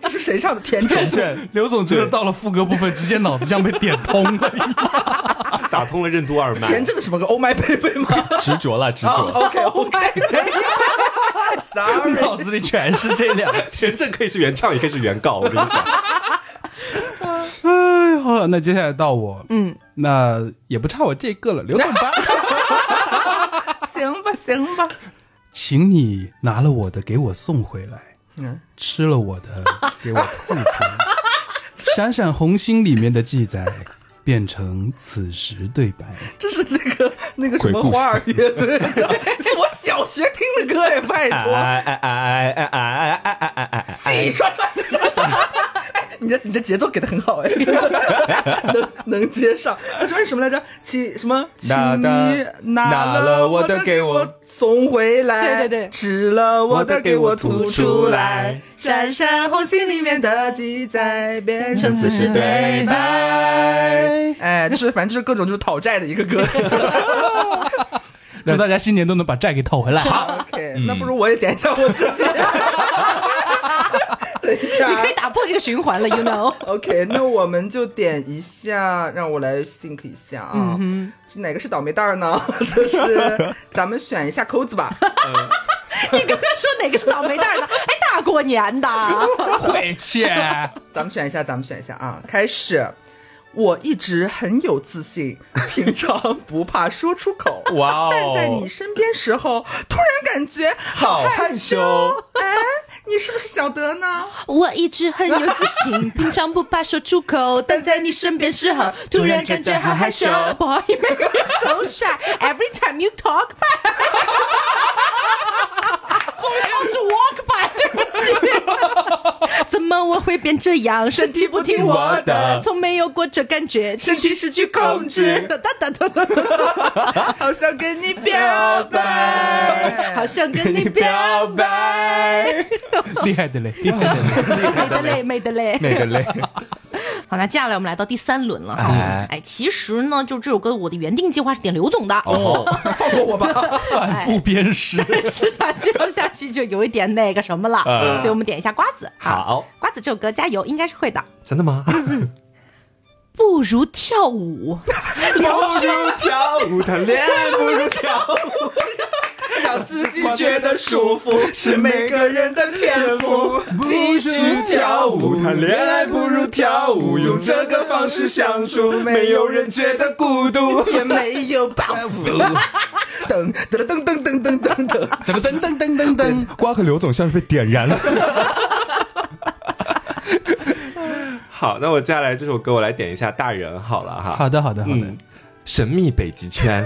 Speaker 3: 这是谁唱的？田震。
Speaker 5: 刘总真的到了副歌部分，直接脑子像被点通了一样。
Speaker 2: 打通了任督二脉
Speaker 3: 田。震的什么歌？Oh my baby 吗
Speaker 4: 执着了，
Speaker 3: 哦
Speaker 4: 执着。
Speaker 3: ？OK OK，Sorry，
Speaker 5: 脑子里全是这两个。
Speaker 2: 田震可以是原唱，也可以是原告。我跟你讲，
Speaker 5: 哎，好了，那接下来到我，嗯，那也不差我这个了，刘总吧，
Speaker 3: 行吧行吧，
Speaker 5: 请你拿了我的给我送回来，
Speaker 3: 嗯
Speaker 5: 吃了我的给我吐出来。闪闪红星里面的记载变成此时对白，
Speaker 3: 这是那个那个什么花儿乐队的，这是我小学听的歌哎，拜托，
Speaker 4: 哎哎哎哎哎哎哎哎哎！
Speaker 3: 洗刷刷洗刷刷。哎你的你的节奏给的很好哎， 能能接上。他说是什么来着？起什么？请
Speaker 4: 拿
Speaker 3: 你
Speaker 4: 拿
Speaker 3: 拿
Speaker 4: 了我的给我
Speaker 3: 送回来。
Speaker 1: 对对对
Speaker 3: 吃了我的给我吐出来
Speaker 2: 嗯。
Speaker 3: 闪闪红心里面的记载变成此时对白。哎，就是反正就是各种就是讨债的一个歌词。
Speaker 5: 祝大家新年都能把债给讨回来。好，
Speaker 3: OK，、那不如我也点一下我自己。 等一
Speaker 1: 你
Speaker 3: 下啊
Speaker 1: 可以打破这个循环了，you know。
Speaker 3: ，OK，那 我们就点一下，让我来 think 一下啊，是哪个是倒霉蛋儿呢？ 就是咱们选一下扣子吧。
Speaker 1: 你刚刚说哪个是倒霉蛋儿呢？哎，大过年的，
Speaker 5: 回去。
Speaker 3: 咱们选一下，咱们选一下啊！开始，我一直很有自信，平常不怕说出 口。
Speaker 2: 哇哦
Speaker 3: 但在你身边时候，突然感觉好害羞。哎，你是不是晓得呢？
Speaker 1: 我一直很有自 信，平常不怕说出口，但在你身边时 候，突然感觉好害羞。Boy, you make me so shy. Every time you talk back. 后面又是 walk back，对不 起。怎么我会变这样？身体不听我的，从没有过这感觉，身体失去控制。哒哒哒哒哒哒
Speaker 3: 好想跟你表白，
Speaker 1: 好想跟你表白，
Speaker 5: 厉害 的嘞，厉害的嘞。
Speaker 1: 美得嘞，美得嘞。
Speaker 2: 那个嘞，
Speaker 1: 好，那接下来我们来到第三轮了哈。
Speaker 5: 哎
Speaker 1: 哎其实呢，就这首歌我的原定计划是点刘总的， 哎
Speaker 3: 放过我吧。
Speaker 5: 反复鞭尸，
Speaker 1: 是吧？这样下去就有一点那个什么了，所以我们点一下瓜子。
Speaker 2: 好，
Speaker 1: 瓜子这首歌加油，应该是会的。
Speaker 2: 真的 吗？
Speaker 1: 不如跳舞，
Speaker 2: 不如跳舞谈恋爱，不如跳舞，
Speaker 3: 让自己觉得舒服是每个人的天赋。
Speaker 2: 继续跳舞谈恋爱，不如跳舞，用这个方式相处，没有人觉得孤独。
Speaker 3: 也没有报复。噔噔噔噔噔噔噔噔，
Speaker 5: 噔噔噔噔噔噔，
Speaker 2: 瓜和刘总像是被点燃了。好，那我接下来这首歌我来点一下《大人》好了哈。
Speaker 5: 好的好的好的
Speaker 2: 嗯，神秘北极 圈，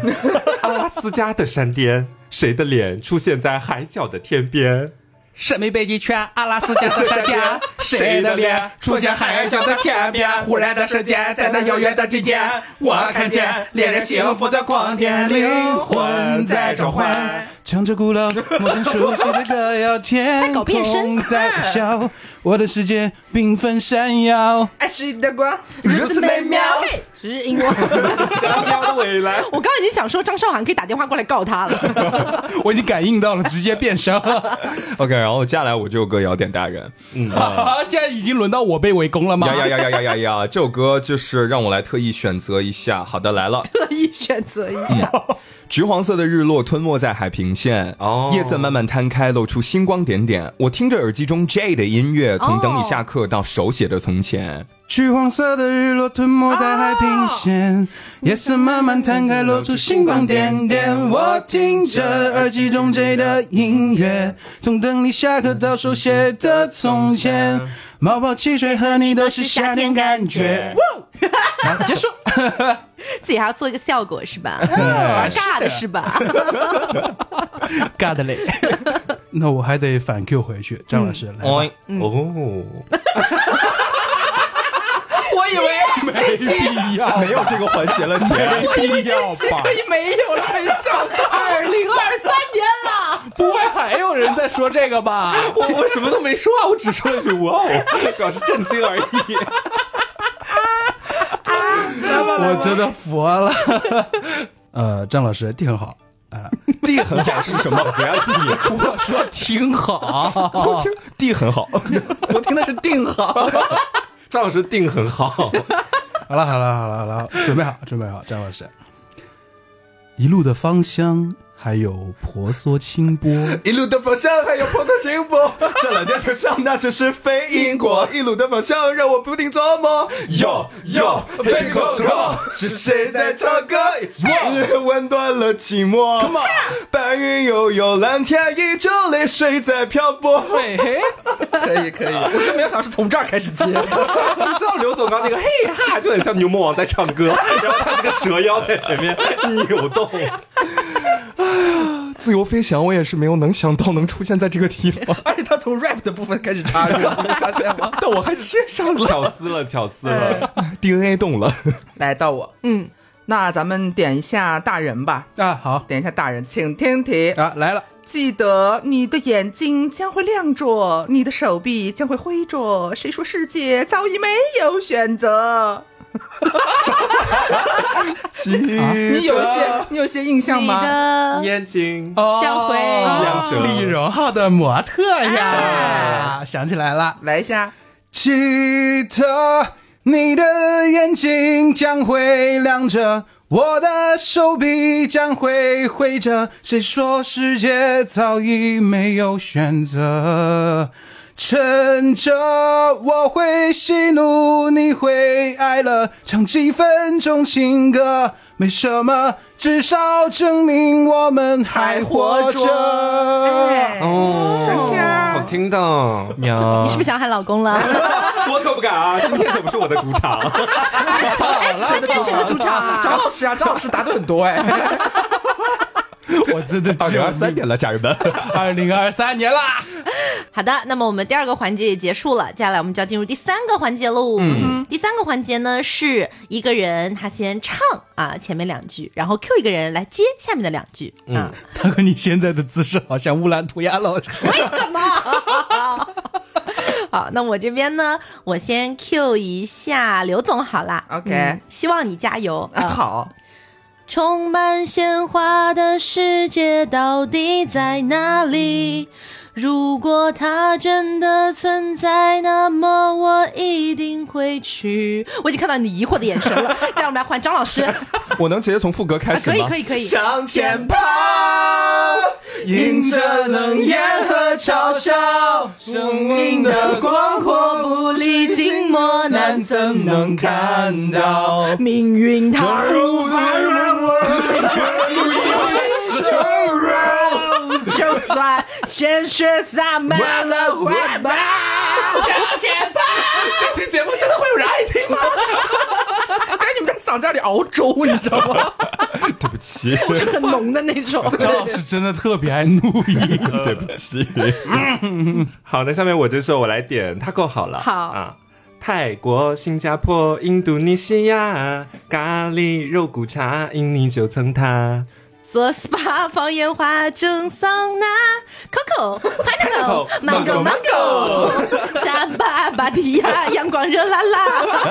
Speaker 2: 阿拉斯加的山巅，谁的脸出现在海角的天边？
Speaker 5: 神秘北极圈，阿拉斯加的山巅，谁的脸出现海角的天边？忽然的瞬间，在那遥远的地点，我看见恋人幸福的光点，灵魂在召 唤。唱着古老、陌生、熟悉的歌谣，天
Speaker 1: 搞变身
Speaker 5: 空在微笑，我的世界缤纷闪耀。
Speaker 3: 爱哎是你的光，
Speaker 5: 如此美妙
Speaker 1: 嘿，只是因为我
Speaker 2: 想要的未来。
Speaker 1: 我刚刚已经想说张韶涵可以打电话过来告他了。
Speaker 5: 我已经感应到了，直接变身 了。
Speaker 4: OK，然后接下来我这首歌也要点大人，
Speaker 5: 现在已经轮到我被围攻了吗？
Speaker 4: 呀呀呀呀呀呀呀！这首歌就是让我来特意选择一下。好的，来了， 嗯
Speaker 1: 特意选择一下，
Speaker 4: 橘黄色的日落吞没在海平线，
Speaker 2: 哦
Speaker 4: 夜色慢慢摊开，露出星光点点。我听着耳机中 J 的音乐，从
Speaker 1: 哦
Speaker 4: 等你下课到手写的从 前，
Speaker 5: 橘黄色的日落吞没在海平线，夜色慢慢摊开，露出星光点点。我听着耳机中 J 的音乐，从等你下课到手写的从前，冒泡汽水和你都是夏天感觉。哇哦 好结束。
Speaker 1: 自己还要做一个效果是 吧？玩尬的是吧？
Speaker 5: 尬的 嘞。那我还得反 Q 回去，张老师来 吧。
Speaker 2: 哦，
Speaker 3: 我以为
Speaker 1: 哎
Speaker 3: 这期
Speaker 4: 没有这个环 节了，姐。
Speaker 5: 没必要吧？
Speaker 3: 可以没有了，没想到。
Speaker 1: 二零二三年了，
Speaker 5: 不会还有人在说这个吧？
Speaker 2: 我我什么都没说啊，我只说了一句哇哦，表示震惊而已。
Speaker 5: 我真的服了。 呃，张老师地很好，
Speaker 4: 地很好是什么？ 不要地，
Speaker 5: 我说挺好。
Speaker 4: 我听地很好。
Speaker 3: 我听的是定好，
Speaker 2: 张老师定很好，
Speaker 5: 好了好了好了好了，准备好准备好，张老师。一路的芳香，还有婆娑清波，
Speaker 4: 一路的方向还有婆娑心波， 这两天头上那些是非因果，一路的方向让我不停琢磨。哟哟，Baby g o go，是谁在唱歌？It's me，温暖了寂寞。Come on，白云悠悠，蓝天依旧，泪水在漂泊。
Speaker 5: 嘿嘿，
Speaker 3: 可以可以。我真没有想到是从这儿开始接，
Speaker 2: 你知道刘总刚那个嘿哈就很像牛魔王在唱歌，然后他这个蛇腰在前面扭 动。
Speaker 4: 自由飞翔，我也是没有能想到能出现在这个地 方，
Speaker 3: 而且他从 rap 的部分开始插 入，你没发现吗？
Speaker 4: 啊但我还接上了
Speaker 2: 巧思了，巧思了！
Speaker 4: DNA 动了。
Speaker 3: 来到我，嗯，那咱们点一下大人吧，
Speaker 5: 啊，好
Speaker 3: 点一下大人，请听题。
Speaker 5: 啊，来了，
Speaker 3: 记得你的眼睛将会亮着，你的手臂将会挥着。谁说世界早已没有选择？你有一些，你有一些印象
Speaker 1: 你
Speaker 3: 吗？
Speaker 1: 的
Speaker 2: 眼睛
Speaker 1: 将会
Speaker 2: 亮着
Speaker 5: 哦李荣浩的模特呀，想起来了，
Speaker 3: 来一下，
Speaker 5: 记得你的眼睛将会亮着，我的手臂将会挥着。谁说世界早已没有选择？趁着我会喜怒，你会哀乐，唱几分钟情歌，没什么，至少证明我们还活着。
Speaker 3: 哎，
Speaker 2: 哦
Speaker 3: 上天儿
Speaker 2: 好听的呀
Speaker 1: 你是不是想喊老公 了？
Speaker 2: 我可不敢啊，今天可不是我的主场。
Speaker 1: 哎，是天谁的主场啊？
Speaker 4: 张老师啊，张老师答对很多哎，
Speaker 5: 我真的
Speaker 2: 二零二三年了，家人们，
Speaker 5: 二零二三年啦！
Speaker 1: 好的，那么我们第二个环节也结束了，接下来我们就要进入第三个环节喽。嗯，第三个环节呢是一个人他先唱啊前面两句，然后 Q 一个人来接下面的两句。嗯，
Speaker 5: 大哥，你现在的姿势好像乌兰图雅老师。
Speaker 1: 好，那我这边呢，我先 Q 一下刘总好啦。
Speaker 3: OK
Speaker 1: 嗯希望你加油。
Speaker 3: 啊
Speaker 1: 啊
Speaker 3: 好，
Speaker 1: 充满鲜花的世界到底在哪里？如果它真的存在，那么我一定会去。我已经看到你疑惑的眼神了。 再让我们来换张老师，啊、
Speaker 2: 我能直接从副歌开始
Speaker 1: 可以
Speaker 2: 吗？
Speaker 1: 可以可以。
Speaker 4: 向前跑，迎着冷眼和嘲笑，生命的广阔不历经磨难，怎能看到？
Speaker 3: 命运它无法让我就算鲜血洒满了怀抱。
Speaker 4: 这期节目真的会有人爱听 吗？
Speaker 3: 哎，你们在嗓子眼里熬粥，你知道吗？
Speaker 2: 对不起，
Speaker 3: 是很浓的那种。
Speaker 5: 张老师真的特别爱怒音，
Speaker 2: 对不起。好的，下面我这首我来点 taco 好了。
Speaker 1: 好
Speaker 2: 啊，泰国、新加坡、印度尼西亚，咖喱肉骨茶，印尼九层塔。
Speaker 1: 做 SPA 放烟花蒸桑拿，Coco pineapple mango mango，沙巴芭提雅阳光热辣辣，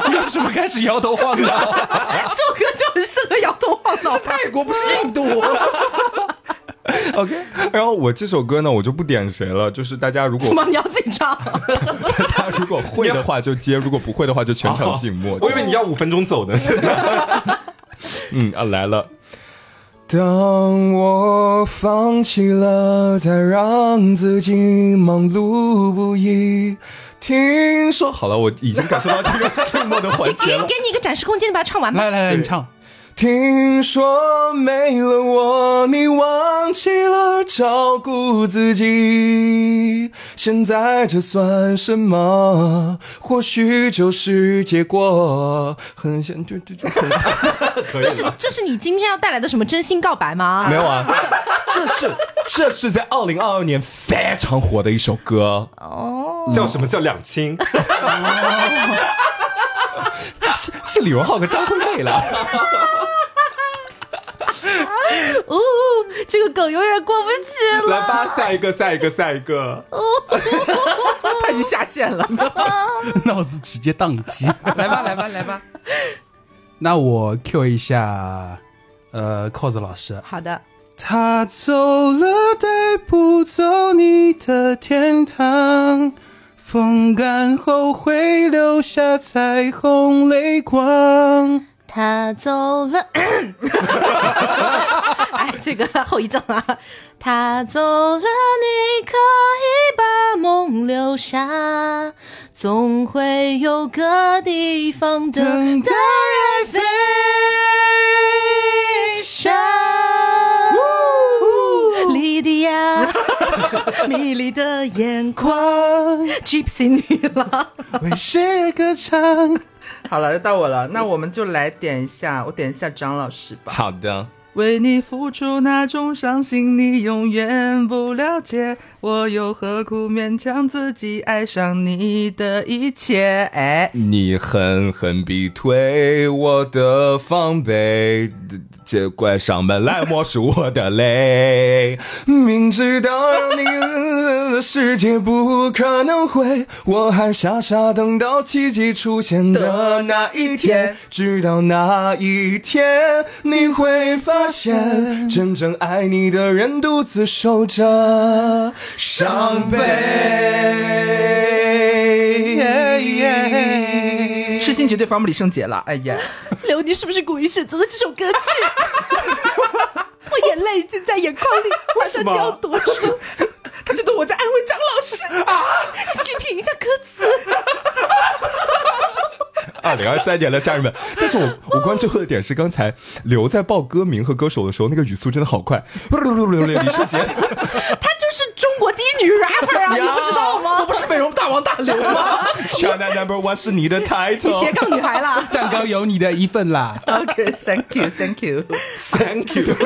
Speaker 5: 你为什么开始摇头晃 脑？
Speaker 1: 这首歌就很适合摇头晃脑。
Speaker 4: 泰国不是印度，
Speaker 2: OK，然后哎我这首歌呢，我就不点谁了，就是大家如
Speaker 1: 怎
Speaker 2: 果
Speaker 1: 么你要自己唱？
Speaker 2: 大家如果会的话就接，如果不会的话就全场静 默。
Speaker 4: 我以为你要五分钟走呢。 现在
Speaker 2: 嗯啊来了，
Speaker 4: 当我放弃了，再让自己忙碌不已。听说
Speaker 2: 好了，我已经感受到这个静默的环
Speaker 1: 给
Speaker 2: 节了
Speaker 1: 哎 给。你一个展示空间，你把它唱完吧。
Speaker 5: 来来来，你唱。
Speaker 4: 听说没了我，你忘记了照顾自己，现在这算什么？或许就是 结果。很想就就就很，
Speaker 1: 这是这是你今天要带来的什么真心告白吗？
Speaker 2: 没有啊，这是这是在二零二二年非常火的一首歌，
Speaker 4: 叫什么叫两清？
Speaker 2: 是是李荣浩和张惠妹了。
Speaker 1: 哦，这个梗永远过不去了。
Speaker 2: 来吧，下一个，下一个，下一个。
Speaker 3: 他已经下线了，
Speaker 5: 脑子直接宕机。
Speaker 3: 来吧，来吧，来吧。
Speaker 5: 那我 Q 一下，呃，cos 老师，
Speaker 1: 好的，
Speaker 5: 他走了，带不走你的天堂。风干后会留下彩虹泪光。
Speaker 1: 他走 了。哎，这个后遗症啊，他走了，你可以把梦留下，总会有个地方等待人飞翔。莉迪 亚，迷离的眼眶，Gypsy 女郎。
Speaker 5: 为谁而歌唱？
Speaker 3: 好了，到我了，那我们就来点一下，我点一下张老师吧。
Speaker 2: 好的，
Speaker 3: 为你付出那种伤心，你永远不了解。我又何苦勉强自己爱上你的一切？哎，
Speaker 4: 你狠狠逼退我的防备，这关上门来默数我的泪。明知道让你的世界不可能会，我还傻傻等到奇迹出现的那一天。直到那一天，你会发现，真正爱你的人独自守着伤悲。
Speaker 3: 痴心绝对 from 李圣杰了。哎呀，
Speaker 1: 刘，你是不是故意选择了这 首歌曲？我眼泪已经在眼眶里，马上就要夺出。
Speaker 3: 他觉得我在安慰张老师。
Speaker 1: 你细品一下歌词，
Speaker 4: 二零二三年了，家人 们。但是我我关注的点是，刚才刘在报歌名和歌手的时候，那个语速真的好快。李圣 杰，
Speaker 1: 她就是中国第一女 rapper 啊，你不知道吗？我不是
Speaker 3: 美容大王大刘 吗
Speaker 4: China Number One 是你的
Speaker 5: 哦
Speaker 1: 你斜
Speaker 4: title。
Speaker 1: 杠女孩啦。
Speaker 5: 蛋糕有你的一份啦。
Speaker 3: ？OK，Thank you，Thank you。？
Speaker 4: Thank you。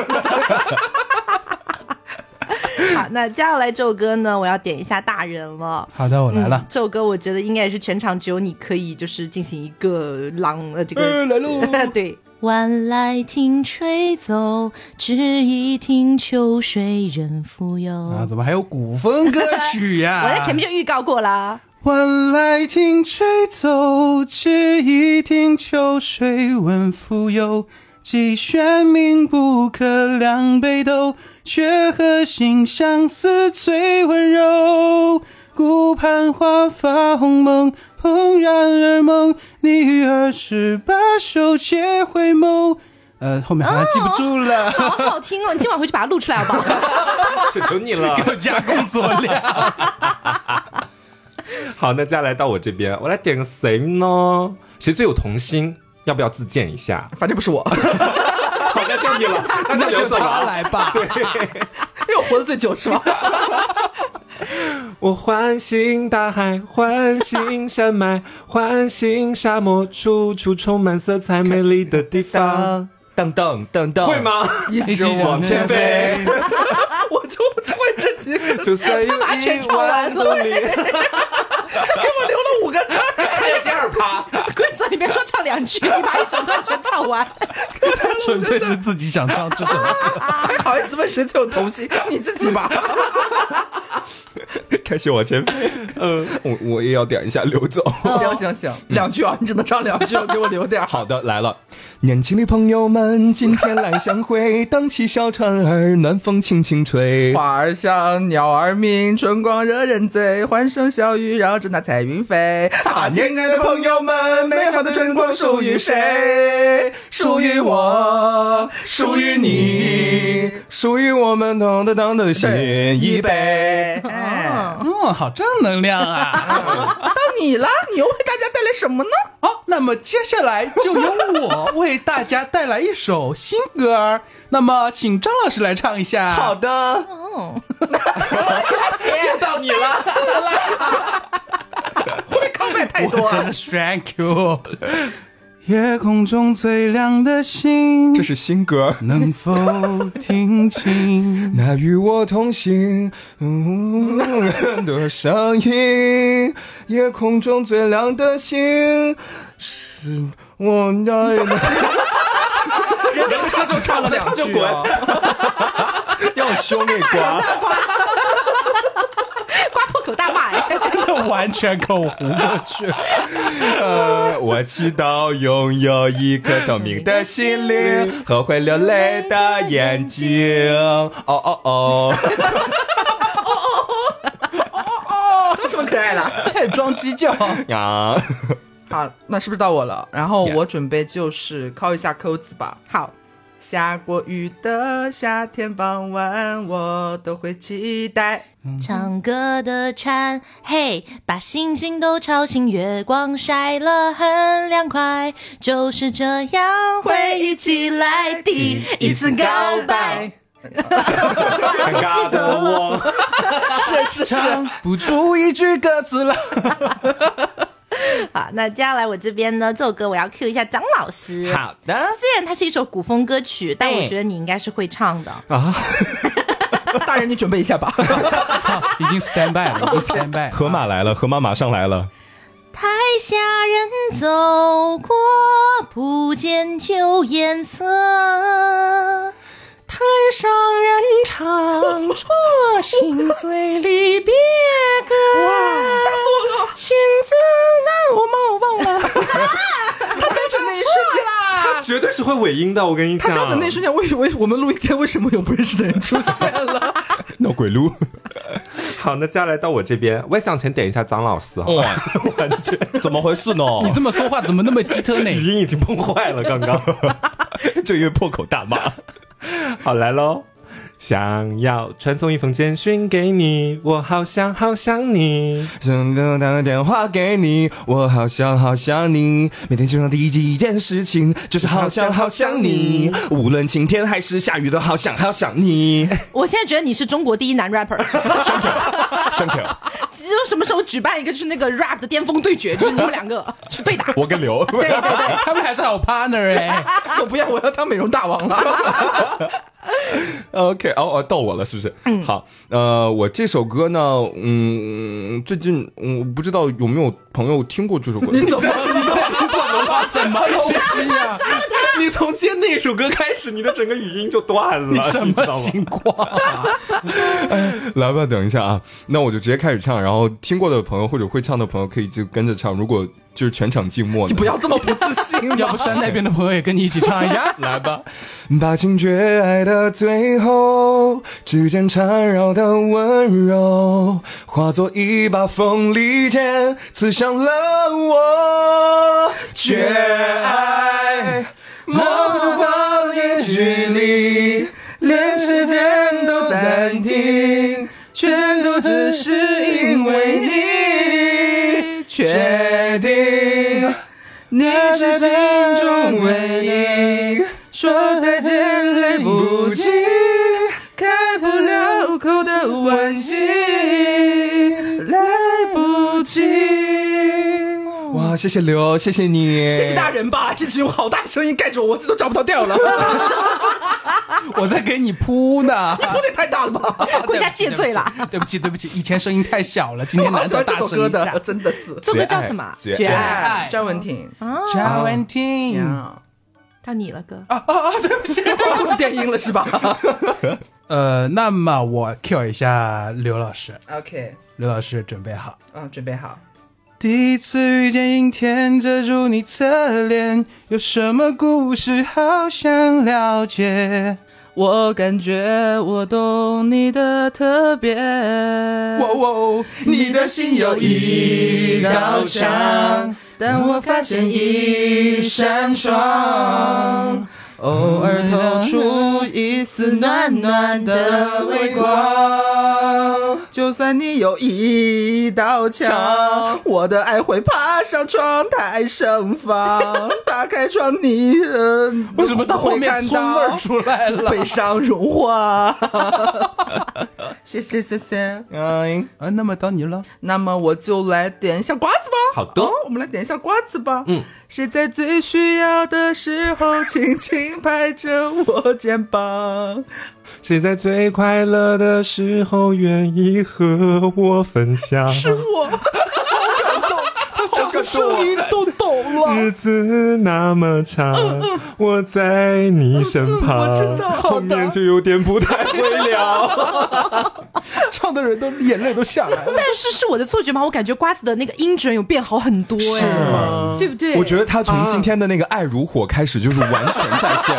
Speaker 1: 好，那接下来这首歌呢，我要点一下《大人》了。嗯
Speaker 5: 好的，我来了。
Speaker 1: 这首歌我觉得应该也是全场只有你可以，就是进行一个朗呃这个、
Speaker 5: 呃来喽
Speaker 1: 对。晚来听吹奏，只一听秋水人复游。
Speaker 5: 啊，怎么还有古风歌曲呀、
Speaker 1: 我在前面就预告过啦，
Speaker 5: 晚来听吹奏，只一听秋水问蜉蝣。既玄冥不可量北斗，却和心相思最温柔。顾盼花发红梦，怦然而梦。你于二十八首皆回眸。呃，后面好像记不住了，
Speaker 1: 好好听哦！你今晚回去把它录出来好不好？
Speaker 4: 求求你了，
Speaker 5: 要加工作量。
Speaker 4: 好，那接下来到我这边，我来点个谁呢？谁最有童心？要不要自荐一下
Speaker 3: 反正不是我，
Speaker 4: 好，那就你了，那就刘总
Speaker 5: 他
Speaker 4: 了。
Speaker 5: 来吧。
Speaker 3: 因为我活得最久是吗？
Speaker 4: 我唤醒大海，唤醒山 脉，唤醒沙漠，处处充满色彩，美丽的地
Speaker 3: 呃
Speaker 4: 方。
Speaker 2: 当当当当，
Speaker 4: 会？吗？一起往前飞，
Speaker 3: 啊我就会这几个，
Speaker 4: 就算有
Speaker 1: 把全
Speaker 4: 一
Speaker 1: 唱完
Speaker 4: 万
Speaker 1: 了
Speaker 4: 公里。
Speaker 3: 我留了五个字。
Speaker 1: 还 有第二趴， 规则你别说唱两句，你把一整段全唱完。
Speaker 5: 纯粹是自己想唱这首歌。
Speaker 3: 还啊好意思问谁最有童心？你自己吧。
Speaker 4: 开始往前飞。嗯，我我也要点一下刘总。
Speaker 3: 行行行，两句啊，你只能唱两句，给我 留点儿。
Speaker 4: 好的，来了，年轻的朋友们，今天来相会，荡起小船儿，暖风轻轻吹。
Speaker 3: 花儿香，鸟儿鸣，春光惹人醉，欢声笑语绕着那彩云飞。啊，亲爱的朋友们，美好的春光属于谁？属于我，属于你。，
Speaker 4: 属于我们当当当的心一杯。
Speaker 3: 哎，
Speaker 5: 哦，好正能量 啊！
Speaker 3: 到你了，你又为大家带来什么呢？
Speaker 5: 好，那么接下来就由我为大家带来一首新歌儿。那么，请张老师来唱一下。好的，
Speaker 3: 到你了， 会不会康麦太多
Speaker 5: 我真
Speaker 3: 啊？
Speaker 5: 的 thank you。夜空中最亮的星，
Speaker 4: 这是新歌，
Speaker 5: 能否听 清？
Speaker 4: 那与我同行、嗯、的声音，夜空中最亮的星，是我的。
Speaker 3: 他就唱了两句、啊，
Speaker 4: 要修那瓜。
Speaker 1: 刮破口大骂，哎
Speaker 5: 真的完全口糊过去。
Speaker 4: 呃，我祈祷拥有一颗透明的心灵和会流泪的眼睛。哦哦哦，
Speaker 3: 这有什么可爱的？
Speaker 5: 开始装鸡叫，
Speaker 4: 啊，
Speaker 3: 好，那是不是到我了？然后
Speaker 4: Yeah
Speaker 3: 我准备就是敲一下扣子吧。好，下过雨的夏天傍晚，我都会期待。
Speaker 1: 唱歌的蝉，嘿，把星星都吵醒，月光晒了很凉快，就是这样回忆起来第一次告白。
Speaker 4: 尴尬的我，
Speaker 5: 唱不出一句歌词了。
Speaker 1: 好，那接下来我这边呢，这首歌我要 Q 一下张老师。
Speaker 2: 好的
Speaker 1: 虽然它是一首古风歌曲，但我觉得你应该是会唱的。
Speaker 3: 大人，你准备一下吧。
Speaker 5: 已经 stand by 了，已经 stand by 了。
Speaker 2: 河马来了，河马马上来了。
Speaker 1: 台下人走过，不见旧颜色。
Speaker 7: 台上人唱着心醉离别歌，吓死我了！情字难，我莫忘了。
Speaker 3: 真的那一瞬间，
Speaker 2: 他绝对是会尾音的，我跟你
Speaker 3: 他
Speaker 2: 讲。
Speaker 3: 张嘴那一瞬间，我以为我们录音间为什么有不认识的人出现了？
Speaker 2: 闹鬼路。好，那接下来到我这边，我也想先点一下张老师，好吧？完全
Speaker 4: 怎么回事呢？
Speaker 5: 你这么说话怎么那么 机车呢？
Speaker 2: 语音已经崩坏了，刚刚
Speaker 4: 就因为破口大骂，
Speaker 2: 好来喽。想要传送一封简讯给你，我好想好想你。
Speaker 4: 想要打个电话给你，我好想好想你。每天起床第一件事情就是好想好想你，无论晴天还是下雨都好想好想你。
Speaker 1: 我现在觉得你是中国第一男 rapper。
Speaker 4: Thank you，Thank you。
Speaker 1: 就什么时候举办一个就是那个 rap 的巅峰对决，就是你们两个去对打。
Speaker 2: 我跟刘，
Speaker 5: 他们还是好 partner 哎。
Speaker 3: 我不要，我要当美容大王了。
Speaker 5: 啊
Speaker 4: OK，哦哦，到我了，是不是？嗯，好，呃，我这首歌呢，嗯，最近嗯，不知道有没有朋友听过这首歌？你
Speaker 3: 怎么？ 你怎么了？什么东西啊？
Speaker 2: 你从接那首歌开始，你的整个语音就断 了，
Speaker 5: 你什
Speaker 2: 知道
Speaker 5: 么
Speaker 2: 吗
Speaker 5: 情况啊？。
Speaker 4: 来吧，等一下啊，那我就直接开始唱，然后听过的朋友或者会唱的朋友可以就跟着唱，如果就是全场静默呢，
Speaker 3: 你不要这么不自信
Speaker 5: 要不山那边的朋友也跟你一起唱一 下？
Speaker 4: 来吧，把情觉爱的最后，指尖缠绕的温柔，化作一把锋利剑，刺向了我。绝爱，模糊不言距离，连时间都暂停，全都只是因为你确定。你是心中唯一，说再见来不及，开不了口的惋惜，来不及。哇，谢谢刘，谢谢你，
Speaker 3: 谢谢大。人吧，一直用好大的声音盖着我，我自己都找不到调了。
Speaker 5: 我在给你铺 呢。
Speaker 3: 不得太大了吧？
Speaker 1: 国家谢罪了。
Speaker 5: 对不起，对不起，以前声音太小了，今
Speaker 3: 哦我
Speaker 5: 天
Speaker 3: 好
Speaker 5: 难
Speaker 3: 喜
Speaker 5: 得
Speaker 3: 欢这
Speaker 5: 大
Speaker 3: 首
Speaker 5: 声
Speaker 3: 歌
Speaker 5: 一 下
Speaker 3: 的，。真的是。哎
Speaker 1: 这歌叫什么？
Speaker 2: 绝爱
Speaker 1: 绝爱。
Speaker 5: 爱
Speaker 3: 张文婷，
Speaker 5: 贾文婷，
Speaker 3: 嗯
Speaker 1: 到你了，哥。
Speaker 3: 不是电音了是吧
Speaker 5: 呃，那么我 cue 一下刘老师，
Speaker 3: ？OK，
Speaker 5: 刘老师准备好。
Speaker 3: 嗯，准备好。
Speaker 5: 第一次遇见阴天，遮住你侧脸，有什么故事好想了解？
Speaker 3: 我感觉我懂你的特别。
Speaker 5: 哇哦，
Speaker 3: 你的心有一道墙，但我发现一扇窗，偶尔透出一丝暖暖的微光。就算你有一道墙，我的爱会爬上窗台盛放。打开窗，你呃，
Speaker 5: 为什么到后
Speaker 3: 会
Speaker 5: 面
Speaker 3: 看
Speaker 5: 葱味
Speaker 3: 到
Speaker 5: 儿出来了？
Speaker 3: 悲伤融化。 谢谢谢谢，
Speaker 5: 啊，那么到你了。
Speaker 3: 那么我就来点一下瓜子吧。
Speaker 2: 好的
Speaker 3: 哦我们来点一下瓜子吧。嗯，谁在最需要的时候，轻轻拍着我肩膀？
Speaker 2: 谁在最快乐的时候愿意和我分
Speaker 5: 啊
Speaker 2: 享？
Speaker 3: 是我，
Speaker 2: 这个
Speaker 3: 声音都懂 了。
Speaker 2: 日子那么长，我在你身旁，
Speaker 3: 我知道好的
Speaker 2: 后面就有点不太会了。
Speaker 5: 唱的人都眼泪都下来了。
Speaker 1: 但是是我的错觉吗？我感觉瓜子的那个音准有变好很多，哎，对不对？
Speaker 4: 我觉得他从今天的那个爱如火开始，就是完全在线，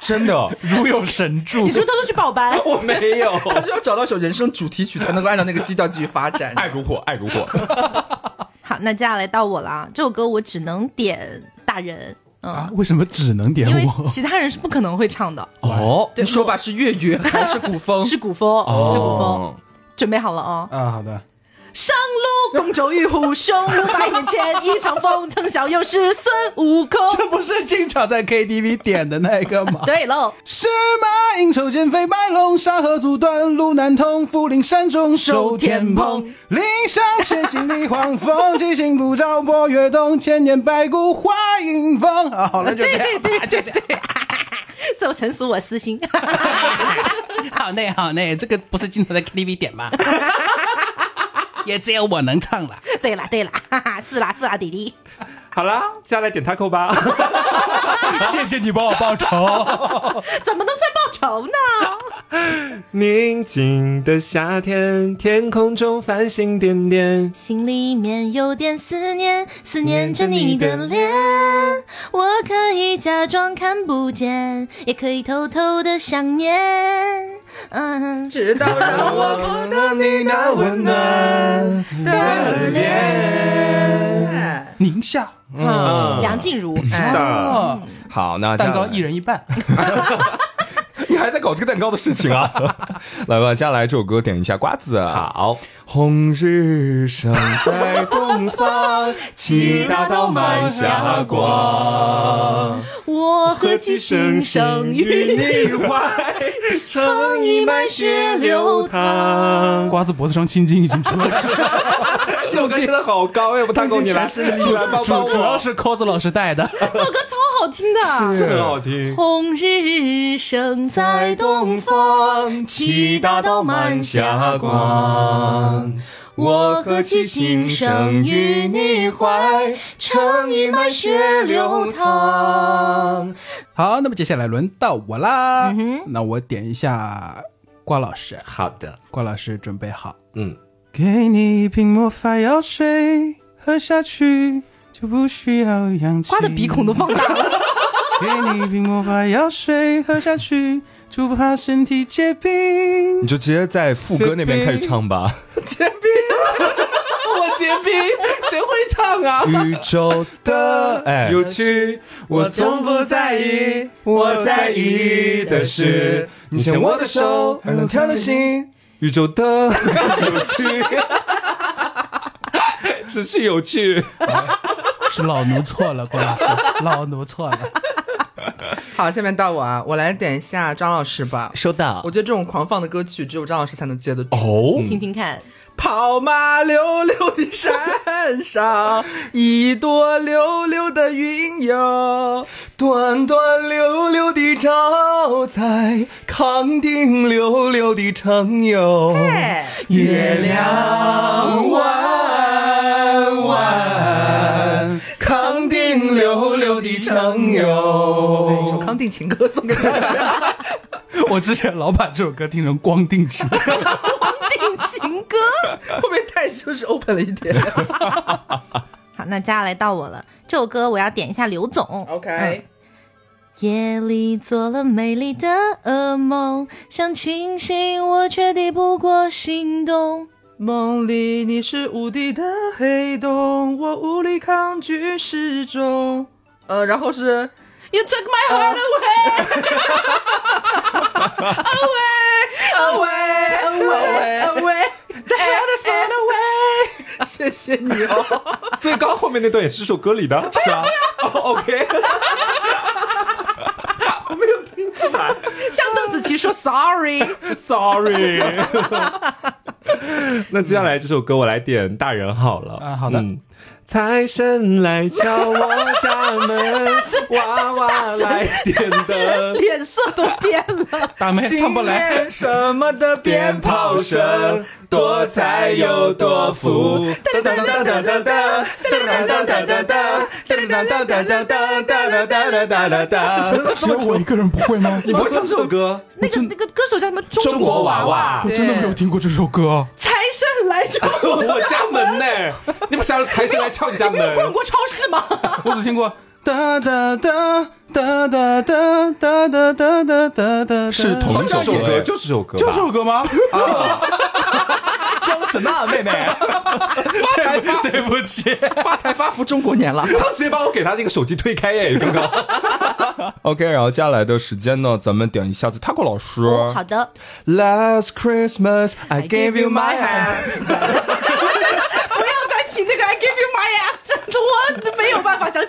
Speaker 4: 真的。
Speaker 5: 如有神助
Speaker 1: 你是不是偷偷去报班？
Speaker 5: 哦
Speaker 3: 我没有，他是要找到一首人生主题曲，才能够按照那个基调继续发展。
Speaker 4: 爱如火，爱如火，
Speaker 1: 好，那接下来到我了啊。这首歌我只能点大人，嗯，
Speaker 5: 啊？为什么只能点
Speaker 1: 因为
Speaker 5: 我？
Speaker 1: 其他人是不可能会唱的，
Speaker 4: 哦，
Speaker 3: 你说吧，
Speaker 5: 哦
Speaker 3: 是粤语还是古 风？
Speaker 1: 是古风，是古风。准备好了啊！
Speaker 5: 啊，好的。
Speaker 1: 上路公主与虎兄，五百年前一场风，腾小又是孙悟空。
Speaker 5: 这不是经常在 KTV 点的那个吗？
Speaker 1: 对喽，
Speaker 5: 是马应酬剑飞白龙，沙河阻断路难通，福陵山中收 天蓬。岭上千行立黄风，七星不照破月东，千年白骨化影风。啊，好了，就这样，对对对对，
Speaker 1: 奏臣属我私心。
Speaker 5: 好嘞好嘞，这个不是经常在 KTV 点吗？ 也只有我能唱了。
Speaker 1: 对啦对啦，哈哈，是啦是啦，弟弟。
Speaker 2: 好啦，接下来点 taco 吧。
Speaker 4: 谢谢你帮我报仇。
Speaker 1: 怎么能算报仇 呢？
Speaker 2: 宁静的夏天，天空中繁星点点。
Speaker 1: 心里面有点思念，思念着你的脸。我可以假装看不见，也可以偷偷的想念。嗯，
Speaker 3: 直到让我
Speaker 2: 我的你那温暖
Speaker 3: 的脸。
Speaker 5: 宁夏
Speaker 1: 嗯梁静茹，
Speaker 2: 是的，
Speaker 5: 哦，
Speaker 2: 好，那
Speaker 5: 蛋糕
Speaker 2: 接下来
Speaker 5: 一人一半。
Speaker 4: 你还在搞这个蛋糕的事情啊？ 来吧，接下来这首歌点一下瓜子。啊
Speaker 2: 好，
Speaker 4: 红日升在东 方，
Speaker 2: 七大道满霞光，
Speaker 1: 我何其心生与你
Speaker 2: 怀，
Speaker 1: 成一脉血流淌。
Speaker 5: 瓜子脖子上青筋已经出来 了。
Speaker 2: 这首歌真的好高，哎要不大狗你来，你来帮
Speaker 5: 主
Speaker 2: 帮
Speaker 4: 啊
Speaker 5: 主要
Speaker 2: 我，
Speaker 5: 是扣子老师带的，
Speaker 1: 这首歌超好听的。
Speaker 2: 是很好听。
Speaker 1: 红日升在东方，七大道满霞
Speaker 4: 啊
Speaker 1: 光。我何其心生于你怀，成一脉血流淌。
Speaker 5: 好，那么接下来轮到我啦。那我点一下瓜老师，
Speaker 2: 好的，
Speaker 5: 瓜老师准备好。
Speaker 2: 嗯，
Speaker 5: 给你一瓶魔法药水，喝下去就不需要氧气。
Speaker 1: 刮的鼻孔都放大了，
Speaker 5: 给你一瓶魔法药水，喝下去就不怕身体结 冰
Speaker 4: 你。就直接在副歌那边开始唱吧。
Speaker 2: 我结冰，谁会唱啊？
Speaker 4: 宇宙的哎，
Speaker 2: 有趣，我从不在意，我在意的是你牵我的手，还能跳的心，宇宙的有趣，只是有趣。
Speaker 5: 是老奴错了，瓜老师，老奴错了。
Speaker 3: 好，下面到我啊，我来点一下张老师吧。
Speaker 2: 收到
Speaker 3: 我觉得这种狂放的歌曲，只有张老师才能接得住。
Speaker 4: 哦，
Speaker 1: 听听看，
Speaker 3: 跑马溜溜的山上，一朵溜溜的云哟。
Speaker 4: 短短溜溜的招在康定溜溜的城哟。
Speaker 1: 嗯哎
Speaker 3: 月亮弯弯，康定溜溜的城哟。一首康定情歌送给大 家。
Speaker 5: 我之前老把这首歌听成光腚曲，
Speaker 1: 定情歌。
Speaker 3: 会不会太就是 open 了一点？
Speaker 1: 好，那接下来到我了，这首歌我要点一下刘总。嗯
Speaker 3: OK，
Speaker 1: 夜里做了美丽的噩梦，想清醒，我却抵不过心动。
Speaker 3: 梦里你是无底的黑洞，我无力抗拒失重。呃，然后是
Speaker 1: You took my heart away，、
Speaker 3: away away away，谢谢你哦。
Speaker 2: 最高后面那段也是这首歌里的，是啊。OK，我没有听出来
Speaker 1: 向邓紫棋说 sorry。
Speaker 2: ，Sorry。那接下来这首歌我来点大人好了
Speaker 5: 啊好的
Speaker 2: 嗯财神来敲我家 门，娃娃来点 灯。
Speaker 1: 脸色都变 了，
Speaker 5: 大妹唱不来。
Speaker 3: 新年什么的鞭
Speaker 2: 鞭炮
Speaker 3: 炮
Speaker 2: 声
Speaker 3: 声，
Speaker 2: 多财又多福。
Speaker 3: 哒哒哒哒哒哒哒哒哒哒哒。
Speaker 5: 只有我一个人不会吗？
Speaker 2: 你不会唱这首歌？
Speaker 1: 那个那个歌手叫什么？
Speaker 2: 中国娃娃
Speaker 5: 我真的没有听过这首歌。啊
Speaker 1: 财神来着，
Speaker 2: 我家门呢？你不想让财神来敲你家门？
Speaker 1: 逛过超市吗？
Speaker 5: 我只听过哒哒哒哒哒哒哒哒哒哒哒哒，
Speaker 4: 是同一
Speaker 2: 这
Speaker 4: 首
Speaker 2: 首
Speaker 4: 歌哎
Speaker 2: 歌，就这首歌吧，
Speaker 5: 就这首歌吗？
Speaker 3: 啊
Speaker 4: 装什么啊，妹妹？
Speaker 2: 对不起，
Speaker 3: 发财发福中国年 了。
Speaker 2: 他直接把我给他那个手机推开耶，刚刚。
Speaker 4: 哎 OK，然后接下来的时间呢，咱们点一下子 Taco 老师。
Speaker 1: 好的，
Speaker 4: Last Christmas I gave you my house。
Speaker 8: 没有办法想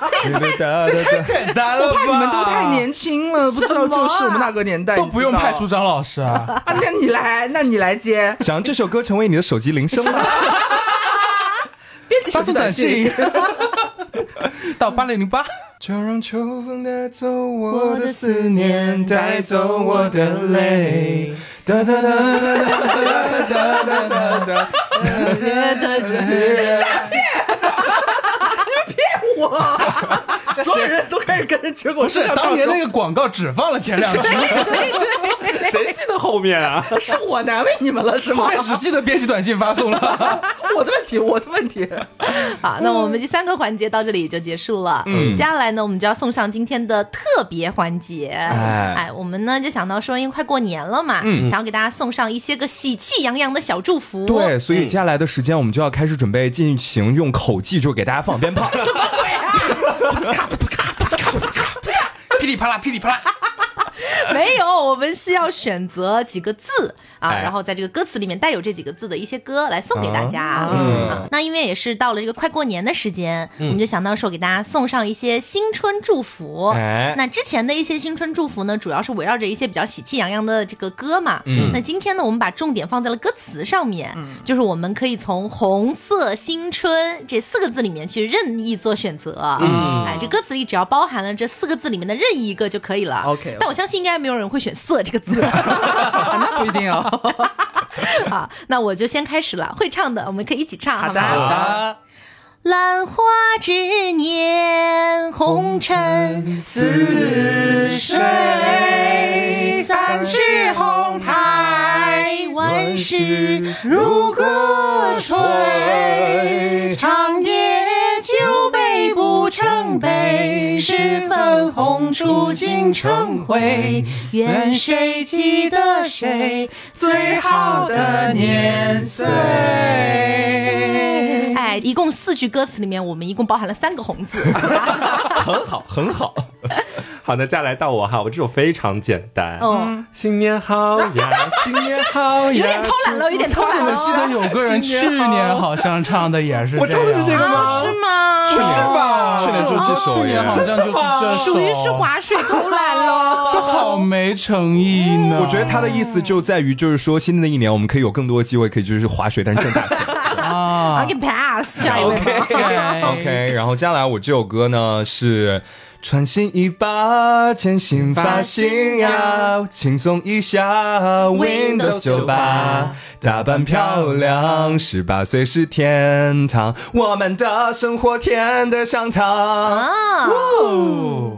Speaker 4: 这太简单了
Speaker 3: 我怕你们都太年轻了，不知道就是我们那个年代，
Speaker 5: 都不用
Speaker 3: 你知道
Speaker 5: 派出张老师啊，
Speaker 3: 啊。那你来，那你来接，
Speaker 4: 想让这首歌成为你的手机铃声吗？
Speaker 3: 编辑
Speaker 5: 发
Speaker 3: 手机
Speaker 5: 送短信
Speaker 3: 信。
Speaker 5: 到八零零八。
Speaker 4: 就让秋风带走我的思念，带走我的泪。哒哒哒哒哒哒哒哒哒。
Speaker 3: 所有人都开始跟着结果
Speaker 5: 不是
Speaker 3: 要
Speaker 5: 当
Speaker 3: 唱
Speaker 5: 年
Speaker 3: 首
Speaker 5: 那个广告只放了前两句，
Speaker 2: 谁记得后面啊？
Speaker 3: 是我难为你们了是吗
Speaker 5: 后？面只记得编辑短信发送了。
Speaker 3: 我的问题，我的问题。
Speaker 8: 好，那我们第三个环节到这里也就结束了。嗯，接下来呢，我们就要送上今天的特别环节。哎
Speaker 4: 哎
Speaker 8: 我们呢就想到说，因为快过年了嘛，想要给大家送上一些个喜气洋洋的小祝福。
Speaker 4: 对，，所以接下来的时间，我们就要开始准备进行用口技，就是给大家放鞭炮。啊
Speaker 5: 噼里啪啦，噼里啪啦，
Speaker 8: 没有，我们是要选择几个字啊，
Speaker 4: 哎
Speaker 8: 然后在这个歌词里面带有这几个字的一些歌来送给大家。啊，那因为也是到了这个快过年的时间，我们就想到说给大家送上一些新春祝福。
Speaker 4: 哎
Speaker 8: 那之前的一些新春祝福呢，主要是围绕着一些比较喜气洋洋的这个歌嘛。那今天呢，我们把重点放在了歌词上面，就是我们可以从“红色新春”这四个字里面去任意做选择。嗯，哎，这歌词里只要包含了这四个字里面的任意一个就可以了。
Speaker 3: OK，OK
Speaker 8: 但我相信应该没有人会选“色”这个字
Speaker 3: 啊那不一定哦。
Speaker 8: 啊。那我就先开始了，会唱的我们可以一起唱，好
Speaker 3: 好的，
Speaker 8: 吗？
Speaker 3: 好的。
Speaker 8: 兰花指捻红尘似水，三尺红台万事如歌吹。长夜酒杯不成杯，十分红烛尽成灰。愿谁记得谁最好的年岁？哎，一共四句歌词里面，我们一共包含了三个红字。
Speaker 2: 很好，很好。好的，接下来到我哈，我这首非常简单。
Speaker 5: 哦
Speaker 8: 嗯，
Speaker 2: 新年好呀，新年好呀，
Speaker 8: 有点偷懒了，有点偷 懒
Speaker 5: 我记
Speaker 8: 了。
Speaker 5: 得有个人去年好像唱的也是，
Speaker 2: 我唱的是这个
Speaker 5: 啊
Speaker 2: 吗？
Speaker 8: 吗？
Speaker 5: 是吧？哦
Speaker 4: 去年就这
Speaker 8: 哦
Speaker 4: 首
Speaker 5: 去年
Speaker 4: 耶
Speaker 5: 好像就是这首，
Speaker 8: 属于是划水偷懒了。
Speaker 5: 这好没诚意呢。
Speaker 4: 我觉得他的意思就在于，就是说新的一年我们可以有更多的机会，可以就是划水，但是挣大钱。
Speaker 8: I'll
Speaker 5: 啊
Speaker 8: g pass 下一位啊吧。
Speaker 5: 哎
Speaker 4: OK，然后接下来我这首歌呢是穿新衣吧，剪新发型呀，轻松一下
Speaker 8: Windows
Speaker 4: Windows 九八，打扮漂亮，十八岁是天堂，我们的生活甜得上糖。
Speaker 8: 啊，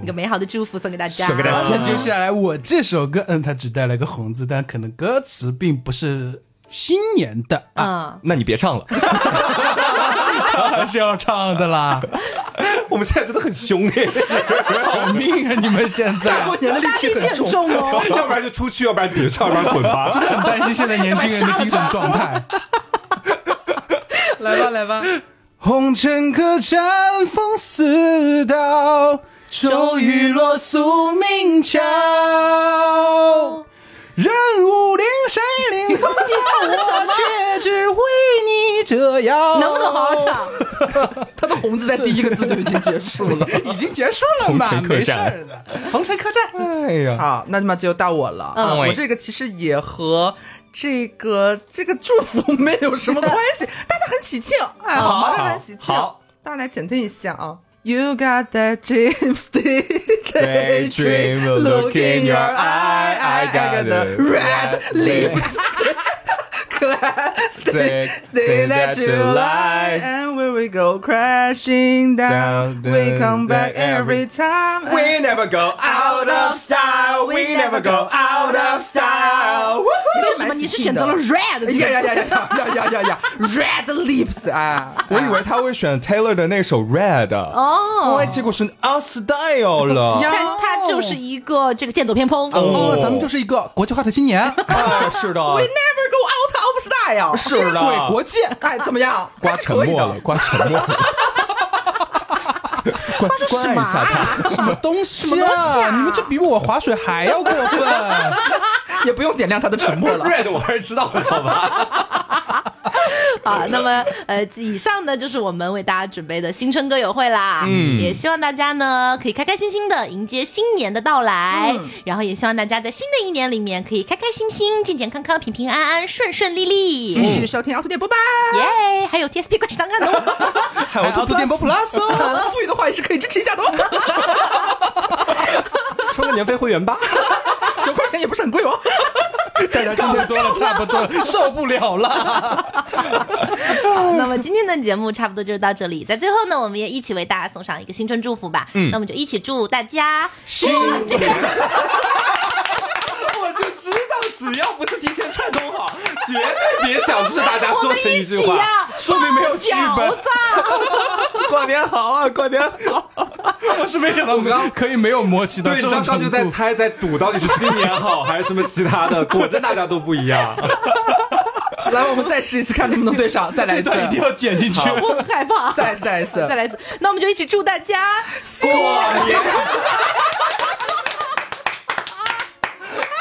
Speaker 8: 一个美好的祝福送给大家，
Speaker 4: 送给大家
Speaker 5: 那接下来我这首歌，嗯，它只带了个红字，但可能歌词并不是新年的啊，
Speaker 8: 嗯，
Speaker 4: 那你别唱了，
Speaker 5: 还是要唱的啦。
Speaker 4: 我们现在真的很凶耶，
Speaker 5: 好命啊！你们现在，
Speaker 3: 过年的力气很重哦。
Speaker 4: 要不然就出去，要不然别唱，要不然滚吧。
Speaker 5: 真的很担心现在年轻人的精神状态。
Speaker 3: 来吧，来吧，
Speaker 5: 红尘客栈风似刀，骤雨落宿命桥。任武陵谁 领风骚，我却只为你折腰。
Speaker 8: 能不能好好唱？
Speaker 3: 他的红字在第一个字 就已经结束了。
Speaker 5: 已经结束了嘛，
Speaker 4: 红尘客
Speaker 5: 没事
Speaker 4: 栈
Speaker 5: 儿的。红尘客栈，
Speaker 4: 哎呀，
Speaker 3: 好，那么就到我了。啊
Speaker 8: 嗯
Speaker 3: 我这个其实也和这个这个祝福 没有什么关系，大家很喜庆，哎，好吗？
Speaker 4: 好
Speaker 3: 大家很喜庆，
Speaker 4: 好，
Speaker 3: 大家来简听一下啊。You got that dream stick,
Speaker 4: That dream will
Speaker 3: look in your eye. I
Speaker 4: I
Speaker 3: got
Speaker 4: got
Speaker 3: the
Speaker 4: the
Speaker 3: red
Speaker 4: red
Speaker 3: lips. Classic, say
Speaker 4: say
Speaker 3: that
Speaker 4: that
Speaker 3: you
Speaker 4: you
Speaker 3: lie,
Speaker 4: lie.
Speaker 3: and when we go crashing
Speaker 4: Down,
Speaker 3: down, we
Speaker 4: down,
Speaker 3: come back
Speaker 4: down every-
Speaker 3: every time.
Speaker 4: We never go out of style. We never go out of style. Woohoo
Speaker 3: 这
Speaker 8: 为什么你是选择了 red？
Speaker 3: 哎呀呀呀呀呀呀呀呀！Red lips 啊！
Speaker 4: 我以为他会选 Taylor 的那首 Red，
Speaker 8: 哦，
Speaker 4: 哎，结果是 Out Style 了。
Speaker 8: 但它就是一个这个剑走偏锋。
Speaker 5: 哦，咱们就是一个国际化的青年，
Speaker 4: 哎是的
Speaker 3: We，never go out of style。
Speaker 4: 是
Speaker 5: 鬼
Speaker 4: 的
Speaker 5: 国，界。
Speaker 3: 哎，怎么样？
Speaker 4: 刮沉默了，刮沉默了。 关关爱一下他，
Speaker 5: 什么东西啊？你们这比我划水还要过分！
Speaker 3: 也不用点亮他的沉默了。
Speaker 4: Red 我还是知道的，好吧？
Speaker 8: 好，那么呃，以上呢就是我们为大家准备的新春歌友会啦。嗯，也希望大家呢可以开开心心的迎接新年的到来，然后也希望大家在新的一年里面可以开开心心、健健康康、平平安安、顺顺利
Speaker 4: 嗯
Speaker 8: 利。
Speaker 3: 继续收听凹凸电波吧。
Speaker 8: 耶！还有 TSP 关系档案哦。
Speaker 5: 还有凹凸电波 Plus 哦，
Speaker 3: 呃富裕的话也是可以支持一下的 哦，
Speaker 4: 充个年费会员吧。
Speaker 3: 九块钱也不是很贵哦。
Speaker 5: 差不多了，差不多了， 受不了了。
Speaker 8: 好， 那么今天的节目差不多就是到这里，在最后呢，我们也一起为大家送上一个新春祝福吧。嗯，那我们就一起祝大家
Speaker 4: 新年，我就知道，只要不是提前串通好，绝对别想是大家说成一句
Speaker 8: 我
Speaker 4: 话
Speaker 8: 们一起啊，
Speaker 4: 说明没有剧
Speaker 8: 饺
Speaker 4: 本。
Speaker 8: 子，
Speaker 4: 过年好啊，过年好！
Speaker 5: 我是没想到我们可以没有默契到
Speaker 4: 对，
Speaker 5: 这
Speaker 4: 你刚
Speaker 5: 种
Speaker 4: 刚
Speaker 5: 程
Speaker 4: 就在
Speaker 5: 度。
Speaker 4: 猜，在赌到底是新年好还是什么其他 的，果真大家都不一样。
Speaker 3: 来，我们再试一次，看能不能对上，再来
Speaker 5: 这
Speaker 3: 一次，
Speaker 5: 段一定要剪进去。
Speaker 8: 我很 害怕。
Speaker 3: 再一次，再一次
Speaker 8: 再。来一次，那我们就一起祝大家
Speaker 4: 过年。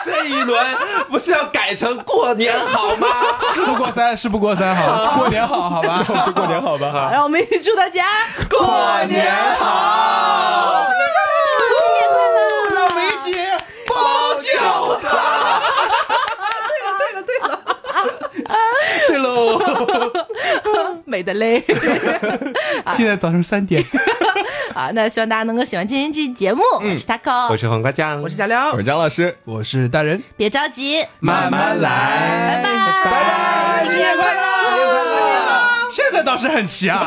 Speaker 4: 这一轮不是要改成过年好吗？
Speaker 5: 事不过三，事不过三，好，过年好，好吧，
Speaker 4: 就过年好吧哈。
Speaker 8: 让我们一起祝大家
Speaker 4: 过年好，
Speaker 8: 新年快乐！
Speaker 5: 让梅姐包饺子。对了，对了，对了，对喽！
Speaker 8: 美的嘞
Speaker 5: 现在早上三 点。
Speaker 8: 啊！那希望大家能够喜欢今天这期节目，
Speaker 5: 嗯
Speaker 8: 我是 Taco，
Speaker 4: 是黄瓜酱，
Speaker 3: 我是贾亮
Speaker 4: 我，是张老师，
Speaker 5: 我是大人，
Speaker 8: 别着急，
Speaker 5: 慢慢来，
Speaker 8: 拜拜
Speaker 5: 拜拜，新年快乐！现在倒是很齐啊。